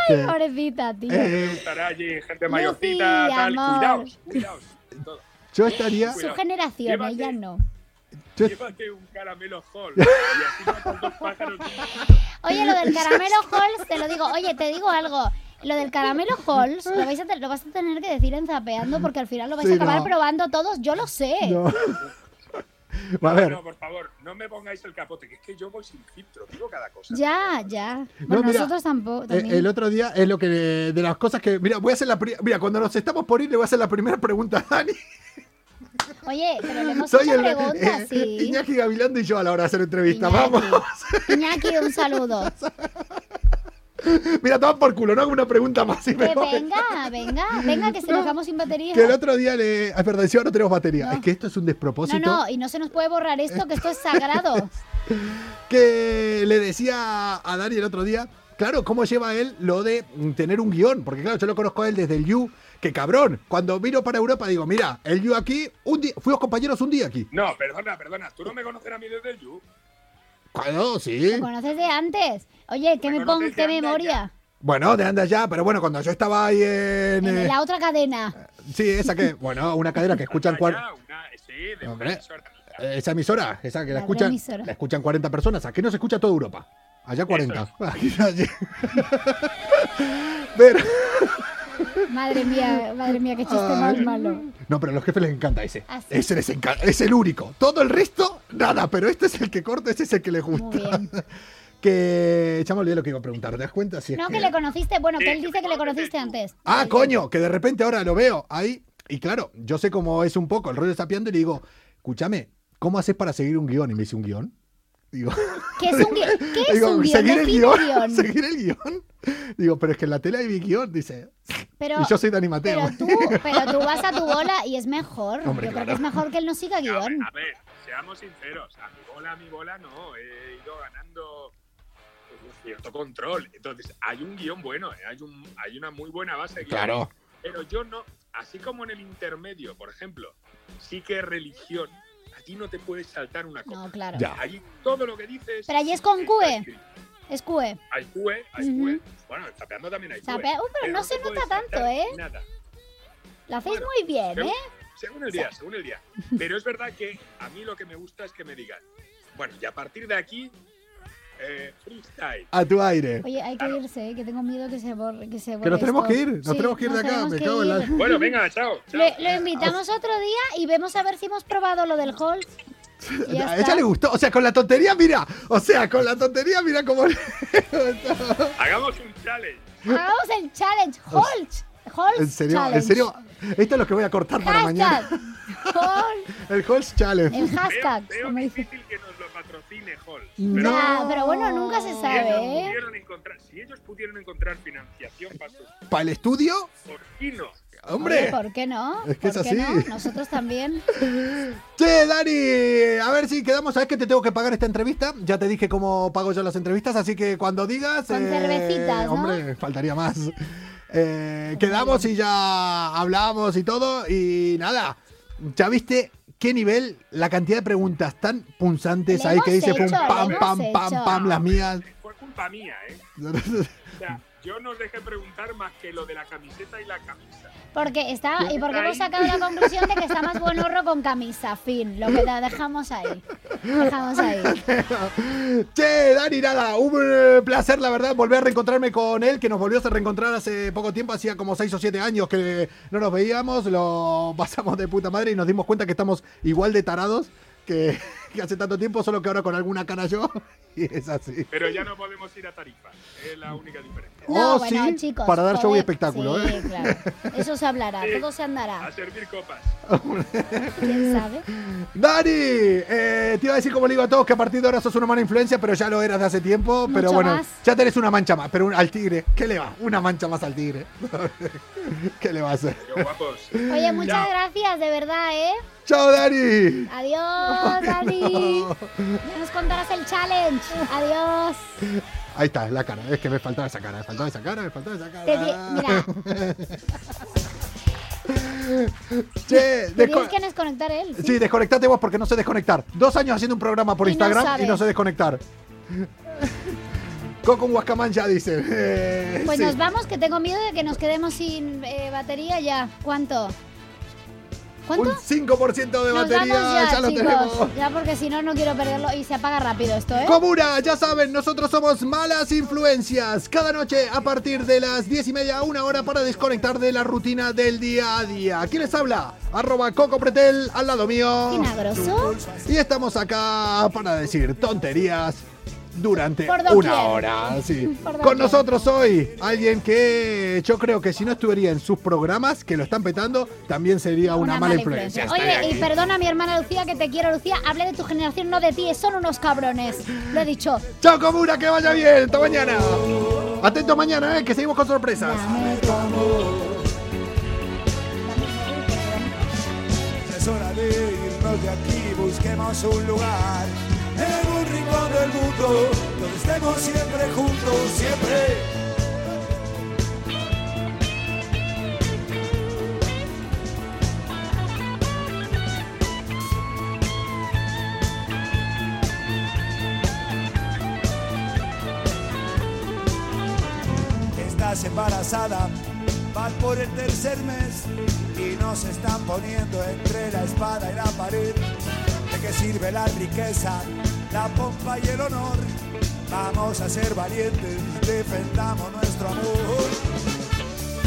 que- pobrecita, tío, eh, Estará allí gente Lucy, mayorcita, tal. amor. Cuidaos, cuidaos. Todo. yo estaría. su generación, Llévate. ella no. Yo- Llévate un caramelo hall. Y así matas dos pájaros. de un tiro. Oye, lo del caramelo Halls, te lo digo. Oye, te digo algo. Lo del caramelo Halls lo, vais a te- lo vas a tener que decir en zapeando porque al final lo vais Sí, a acabar no. probando todos. Yo lo sé. No. A ver, No, por favor, no me pongáis el capote, que es que yo voy sin filtro, digo cada cosa. Ya, ya. Bueno, mira, nosotros tampoco. eh, También. el otro día es lo que. De las cosas que. Mira, voy a hacer la. pri- Mira, cuando nos estamos por ir, le voy a hacer la primera pregunta a Dani. Oye, pero le hemos Soy hecho el. preguntas, eh, sí. Iñaki Gavilando y yo a la hora de hacer entrevista. Iñaki. Vamos. Iñaki, un saludo. Mira, toma por culo, no hago una pregunta más. y me Que voy. venga, venga, venga, que se nos quedamos sin batería. Que el otro día le. Ah, perdón, si ahora no tenemos batería. No. Es que esto es un No, despropósito. no, y no se nos puede borrar esto, que esto es sagrado. que le decía a Dani el otro día, claro, cómo lleva él lo de mm, tener un guión, porque claro, yo lo conozco a él desde el You, que cabrón, cuando vino para Europa digo, mira, el You aquí, un día, fuimos compañeros un día aquí. No, perdona, perdona, tú no me conoces a mí desde el You. Cuando, ¿Lo sí. conoces de antes? Oye, que me Bueno, no pon, te qué anda memoria. Bueno, de anda ya, pero bueno, cuando yo estaba ahí en... En eh, la otra cadena. sí, esa que, bueno, una cadena que escuchan cuar- Ya, una- sí, de una Hombre. emisora. eh, Esa emisora, esa que la La escuchan, remisora. la escuchan 40 personas, aquí nos escucha toda Europa. Allá 40. Aquí, allí. Pero- Madre mía, madre mía, qué chiste más malo. No, pero a los jefes les encanta ese. Ah, sí. Ese les encanta. Es el único. Todo el resto, nada. Pero este es el que corta, este es el que les Muy gusta. bien. Que ya me olvidé lo que iba a preguntar. ¿Te das cuenta? Si es No, que- que le conociste, bueno, que él Sí, dice que le conociste antes. Ah, coño, que de repente ahora lo veo ahí. Y claro, yo sé cómo es un poco el rollo sapeando y le digo, escúchame, ¿cómo haces para seguir un guión? Y me dice, ¿un guión? Digo, ¿Qué es un guión? ¿Qué es digo, un guión? ¿seguir el Define guión? guión. ¿Seguir el guión? Digo, pero es que en la tele hay guión, dice. Pero, y yo soy Dani Mateo. pero, tú, pero tú vas a tu bola y es mejor. Hombre, Yo creo que claro. es mejor que él no siga A ver, guión. a ver, seamos sinceros, a mi bola, a mi bola no, he ido ganando pues, un cierto control. Entonces, hay un guión bueno, ¿eh? hay, un, hay una muy buena base. de guión. Claro. Pero yo no, así como en el intermedio, por ejemplo, sí que religión, aquí no te puedes saltar una cosa. No, claro. Ya. Allí todo lo que dices. Pero allí es con está QE. escrito. Es E. QE. Hay QE, hay Ujú. QE. Bueno, en Zapeando también hay QE. E. Zapea- Uh, pero no se te puedes nota tanto, saltar ¿eh? Nada. Lo hacéis Bueno, muy bien, Según, ¿eh? según el día, según el día. Pero es verdad que a mí lo que me gusta es que me digan, bueno, y a partir de aquí, eh, freestyle. A tu aire. Oye, hay que irse, ¿eh? que tengo miedo que se borre. Que, se borre nos tenemos esto. que ir, nos tenemos que ir de acá, tenemos me que cago en la- ir. Bueno, venga, chao. chao. Le- lo invitamos otro día y vemos a ver si hemos probado lo del hall. Y ya a está. ella le gustó. O sea, con la tontería, mira. O sea, con la tontería, mira cómo le Hagamos un challenge. Hagamos el challenge. Holch. Holch En serio, challenge. en serio. Esto es lo que voy a cortar para Hashtag. mañana. Holch. El Halls Challenge. El hashtag. Veo, como veo dice. difícil que nos lo patrocine Hall. No. Ah, pero bueno, nunca se Si ellos, sabe, ¿eh? pudieron encontrar, si ellos pudieron encontrar financiación para sus Para el estudio, porcinos, hombre. ¿Por qué no? Es que es ¿Por qué así. no? Nosotros también. Che, Dani, a ver si quedamos. ¿Sabes que te tengo que pagar esta entrevista? Ya te dije cómo pago yo las entrevistas, así que cuando digas. eh, Con cervecitas, ¿no? Hombre, faltaría más. Eh, quedamos y ya hablamos y todo. Y nada, ya viste qué nivel, la cantidad de preguntas tan punzantes Le ahí que hemos dice pum, hecho, le pam, hemos pam, pam, hecho. pam, las mías. fue culpa mía, ¿eh? O sea, yo no os dejé preguntar más que lo de la camiseta y la camisa. Porque está, y porque Ahí. hemos sacado la conclusión de que está más buen horro con camisa, fin. Lo que la dejamos ahí. Dejamos ahí. Che, Dani, nada, un eh, placer, la verdad, volver a reencontrarme con él, que nos volvió a reencontrar hace poco tiempo, hacía como 6 o 7 años que no nos veíamos, lo pasamos de puta madre y nos dimos cuenta que estamos igual de tarados que, que hace tanto tiempo, solo que ahora con alguna cara yo, y es así. Pero ya no podemos ir a Tarifa. Es la única diferencia. No, Oh, bueno, sí, chicos. para dar show y pode- espectáculo, sí, ¿eh? claro. Eso se hablará, Sí. todo se A andará. servir copas. ¿Quién sabe? Dani, eh, te iba a decir como le digo a todos que a partir de ahora sos una mala influencia, pero ya lo eras de hace tiempo, pero Mucho bueno, más. ya tenés una mancha más, pero un- al tigre, ¿qué le va? Una mancha más al tigre. ¿Qué le va a hacer? Pero guapos. Oye, muchas Ya. gracias, de verdad, ¿eh? ¡Chao, Dani! Adiós, Dani. Ya nos contarás el challenge. Adiós. Ahí está, la cara. Es que me faltaba esa cara, me faltaba esa cara, me faltaba esa cara. Te di- mira, che, te desco- tienes que desconectar él. Sí, desconectate vos porque no sé desconectar. Dos años haciendo un programa por Y no Instagram sabe. y no sé desconectar. Coco Huascamán ya dice. Eh, Pues sí. nos vamos, que tengo miedo de que nos quedemos sin eh, batería ya. ¿Cuánto? Un ¿Cuánto? 5% de Nos batería, vamos ya, ya, lo chicos. tenemos. Ya porque si no, no quiero perderlo. Y se apaga rápido esto, ¿eh? Comuna, ya saben, nosotros somos malas influencias. Cada noche a partir de las 10 y media a una hora para desconectar de la rutina del día a día. ¿Quién les habla? Arroba Coco Pretel al lado mío. Finagroso. Y estamos acá para decir tonterías durante Por doquier. una hora. sí. Por doquier. Con nosotros hoy, alguien que yo creo que si no estuviera en sus programas, que lo están petando, también sería una, mala, influencia. Oye, y perdona a mi hermana Lucía, que te quiero, Lucía. Hablé de tu generación, no de ti. Son unos cabrones. Lo he dicho. Chao, comuna, que vaya bien. Hasta mañana. Atento mañana, eh, que seguimos con sorpresas. ¿eh? Es hora de irnos de aquí, busquemos un lugar en un rincón del mundo donde estemos siempre juntos, siempre. Estás embarazada, vas por el tercer mes y nos están poniendo entre la espada y la pared. ¿De qué sirve la riqueza, la pompa y el honor? Vamos a ser valientes, defendamos nuestro amor.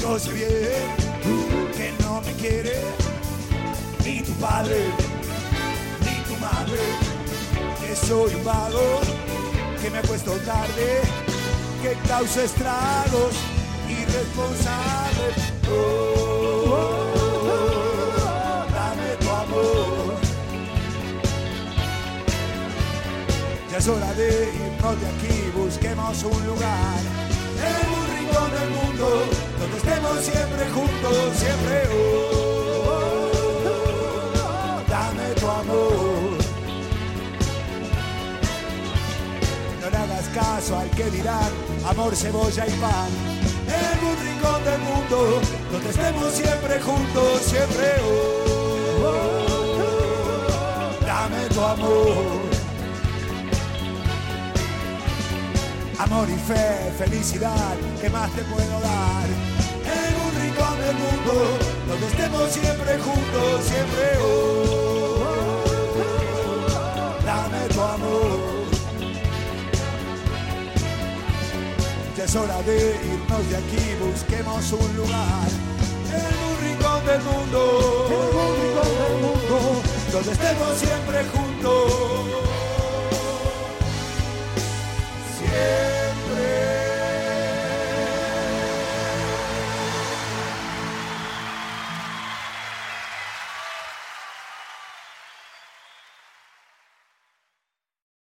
Yo sé bien que no me quiere ni tu padre, ni tu madre, que soy un vago que me acuesto tarde, que causo estragos irresponsables. Oh, oh, oh, dame tu amor. Ya es hora de irnos de aquí, busquemos un lugar en un rincón del mundo donde estemos siempre juntos, siempre. Oh, oh, oh, dame tu amor. No le hagas caso al que dirán amor, cebolla y pan. En un rincón del mundo donde estemos siempre juntos, siempre. Oh, oh, oh, dame tu amor. Amor y fe, felicidad, ¿qué más te puedo dar? En un rincón del mundo donde estemos siempre juntos, siempre. Oh, oh, oh, dame tu amor. Ya es hora de irnos de aquí, busquemos un lugar en un rincón del mundo, en un rincón del mundo, donde estemos siempre juntos.